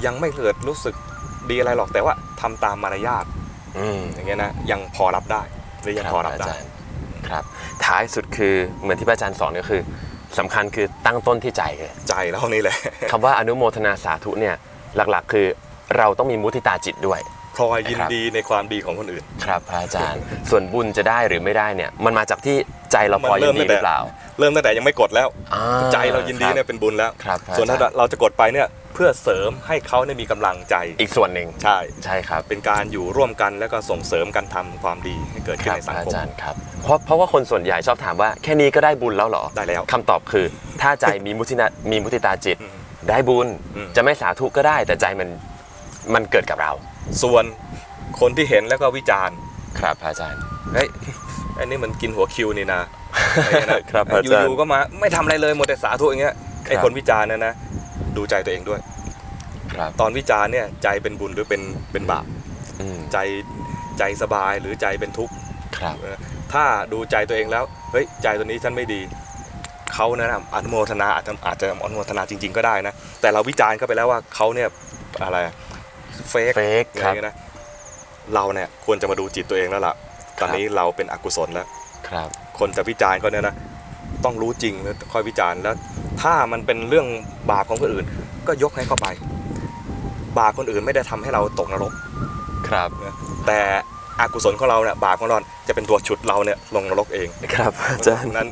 [SPEAKER 2] ยังไม่เกิดรู้สึกดีอะไรหรอกแต่ว่าทำตามมารยาท
[SPEAKER 1] อืม
[SPEAKER 2] อย่างเงี้ยนะยังพอรับได้หรือยังพอรับได้
[SPEAKER 1] คอาจาย์ครับ ท้ายสุดคือเหมือนที่พระอาจารย์สอนก็คือสำคัญคือตั้งต้นที่ใจ เลย
[SPEAKER 2] ใจเรานี่แหละ
[SPEAKER 1] คำว่าอนุโมทนาสาธุเนี่ยหลักๆ คือเราต้องมีมุทิตาจิตด้วย
[SPEAKER 2] พลอยยินดีในความดีของคนอื่น
[SPEAKER 1] ครับพระอา จารย์ ส่วนบุญจะได้หรือไม่ได้เนี่ยมันมาจากที่ใจเราพอ
[SPEAKER 2] มันเริ่
[SPEAKER 1] ยิน
[SPEAKER 2] ม
[SPEAKER 1] ดีหรือ
[SPEAKER 2] ตั้งแต่
[SPEAKER 1] เปล่า
[SPEAKER 2] เริ่มตั้งแต่ยังไม่กดแล้ว
[SPEAKER 1] อ่า
[SPEAKER 2] ใจเรายินดีเนี่
[SPEAKER 1] ครั
[SPEAKER 2] ย
[SPEAKER 1] บ
[SPEAKER 2] เป็นบุญแล้ว
[SPEAKER 1] ครับพระอจรย์
[SPEAKER 2] ส่วนถ้าเราจะกดไปเนี่ยเพื่อเสริมให้เขาเนี่ยมีกำลังใจ
[SPEAKER 1] อีกส่วนหนึ่ง
[SPEAKER 2] ใช่
[SPEAKER 1] ใช่ครับ
[SPEAKER 2] เป็นการอยู่ร่วมกันแล้วก็ส่งเสริมกันทำความดีให้เกิด
[SPEAKER 1] ค
[SPEAKER 2] ขึ้น
[SPEAKER 1] รับพ
[SPEAKER 2] ในสัง
[SPEAKER 1] ระอา
[SPEAKER 2] คม
[SPEAKER 1] จารย์ครับเพราะเพราะว่าคนส่วนใหญ่ชอบถามว่าแค่นี้ก็ได้บุญแล้วเหรอ
[SPEAKER 2] ได้แล้ว
[SPEAKER 1] คำตอบคือถ้าใจ มีมุทินามีมุทิตาจิต
[SPEAKER 2] อืม
[SPEAKER 1] ได้บุญ
[SPEAKER 2] อืม
[SPEAKER 1] จะไม่สาธุก็ได้ แต่ใจมันมันเกิดกับเรา
[SPEAKER 2] ส่วนคนที่เห็นแล้วก็วิจารณ์
[SPEAKER 1] ครับพระอาจารย์
[SPEAKER 2] เฮ้ยไอ้นี่มันกินหัวคิวนี่ นะอะไรเงี้ยนะครับ
[SPEAKER 1] อาจารย์
[SPEAKER 2] อยู่ๆก็มาไม่ทำอะไรเลยหมดแต่สาธุอย่างเงี้ยไอ้
[SPEAKER 1] ครับ
[SPEAKER 2] คนวิจารณ์เนะนะดูใจตัวเองด้วย
[SPEAKER 1] ครับ
[SPEAKER 2] ตอนวิจารณ์เนี่ยใจเป็นบุญหรือเป็นเป็นบาป
[SPEAKER 1] อืม
[SPEAKER 2] ใจใจสบายหรือใจเป็นทุกข์
[SPEAKER 1] ครับ
[SPEAKER 2] ถ้าดูใจตัวเองแล้ว เฮ้ย ใจตัวนี้ฉันไม่ดี เขานะนะอนุโมทนาอาจจะอาจจะอนุโมทนาจริง ๆ ก็ได้นะ แต่เราวิจารณ์เข้าไปแล้วว่าเขาเนี่ยอะไรเฟก
[SPEAKER 1] Fake
[SPEAKER 2] อะไรอย่างเงี้ยนะเราเนี่ยควรจะมาดูจิตตัวเองแล้วล่ะ ตอนนี้เราเป็นอกุศลแล้ว
[SPEAKER 1] ครับ
[SPEAKER 2] คนจะวิจารณ์ก็เนี่ยนะต้องรู้จริงแล้วค่อยวิจารณ์แล้ว ถ้ามันเป็นเรื่องบาปของคนอื่น ก็ยกให้เข้าไป บาปคนอื่นไม่ได้ทำให้เราตกนรก
[SPEAKER 1] ครับ
[SPEAKER 2] แต่อกุศลของเราเนี่ยบาปของเราจะเป็นตัวฉุดเราเนี่ยลงนรกเอง
[SPEAKER 1] ครับอาจารย์
[SPEAKER 2] นั้น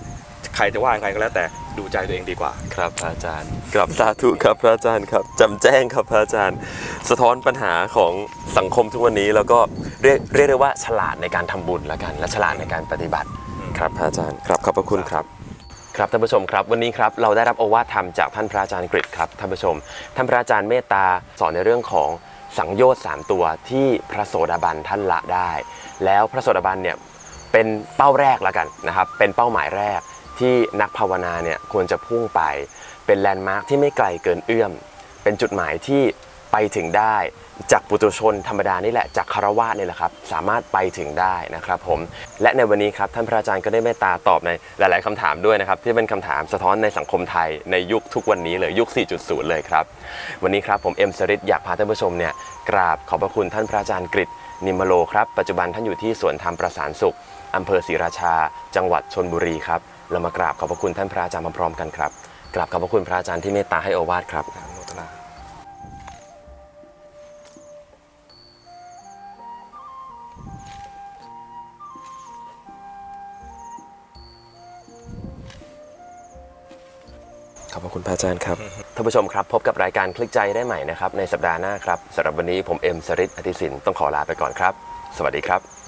[SPEAKER 2] ใครจะว่ายังไงก็แล้วแต่ดูใจตัวเองดีกว่า
[SPEAKER 1] ครับอาจารย์กลับสาธุครับพระอาจารย์ครับจำแจ้งครับพระอาจารย์ สะท้อนปัญหาของสังคมทุกวันนี้แล้วก็เรียกเรียกได้ว่าฉลาดในการทำบุญละกัน และฉลาดในการปฏิบัติ ครับพระอาจารย์ครับขอบพระคุณครับ ครับท่านผู้ชมครับวันนี้ครับเราได้รับโอวาทธรรมจากท่านพระอาจารย์กฤษครับท่านผู้ชมท่านพระอาจารย์เมตตาสอนในเรื่องของสังโยชน์สามตัวที่พระโสดาบันท่านละได้ แล้วพระโสดาบันเนี่ยเป็นเป้าแรกละกันนะครับเป็นเป้าหมายแรกที่นักภาวนาเนี่ยควรจะพุ่งไป เป็นแลนด์มาร์คที่ไม่ไกลเกินเอื้อม เป็นจุดหมายที่ไปถึงได้จากปุตุชนธรรมดานี่แหละจากคารวะนี่แหละครับ สามารถไปถึงได้นะครับผม และในวันนี้ครับท่านพระอาจารย์ก็ได้เมตตาตอบในหลาย ๆคำถามด้วยนะครับ ที่เป็นคำถามสะท้อนในสังคมไทยในยุคทุกวันนี้เลยยุค 4.0 เลยครับ วันนี้ครับผมเอ็มสริตอยากพาท่านผู้ชมเนี่ยกราบขอบพระคุณท่านพระอาจารย์กฤษนิมโลครับปัจจุบันท่านอยู่ที่สวนธรรมประสานสุขอำเภอศรีราชา จังหวัดชนบุรีครับเรามากราบขอบพระคุณท่านพระอาจารย์พร้อมๆกันครับกราบขอบพระคุณพระอาจารย์ที่เมตตาให้โอวาทครับ
[SPEAKER 2] อนุโมทนา
[SPEAKER 1] ขอบพระคุณพระอาจารย์ครับท่านผู้ชมครับ พบกับรายการคลิกใจได้ใหม่นะครับ ในสัปดาห์หน้าครับสำหรับวันนี้ผมเอ็มสริตอธิสินต้องขอลาไปก่อนครับ สวัสดีครับ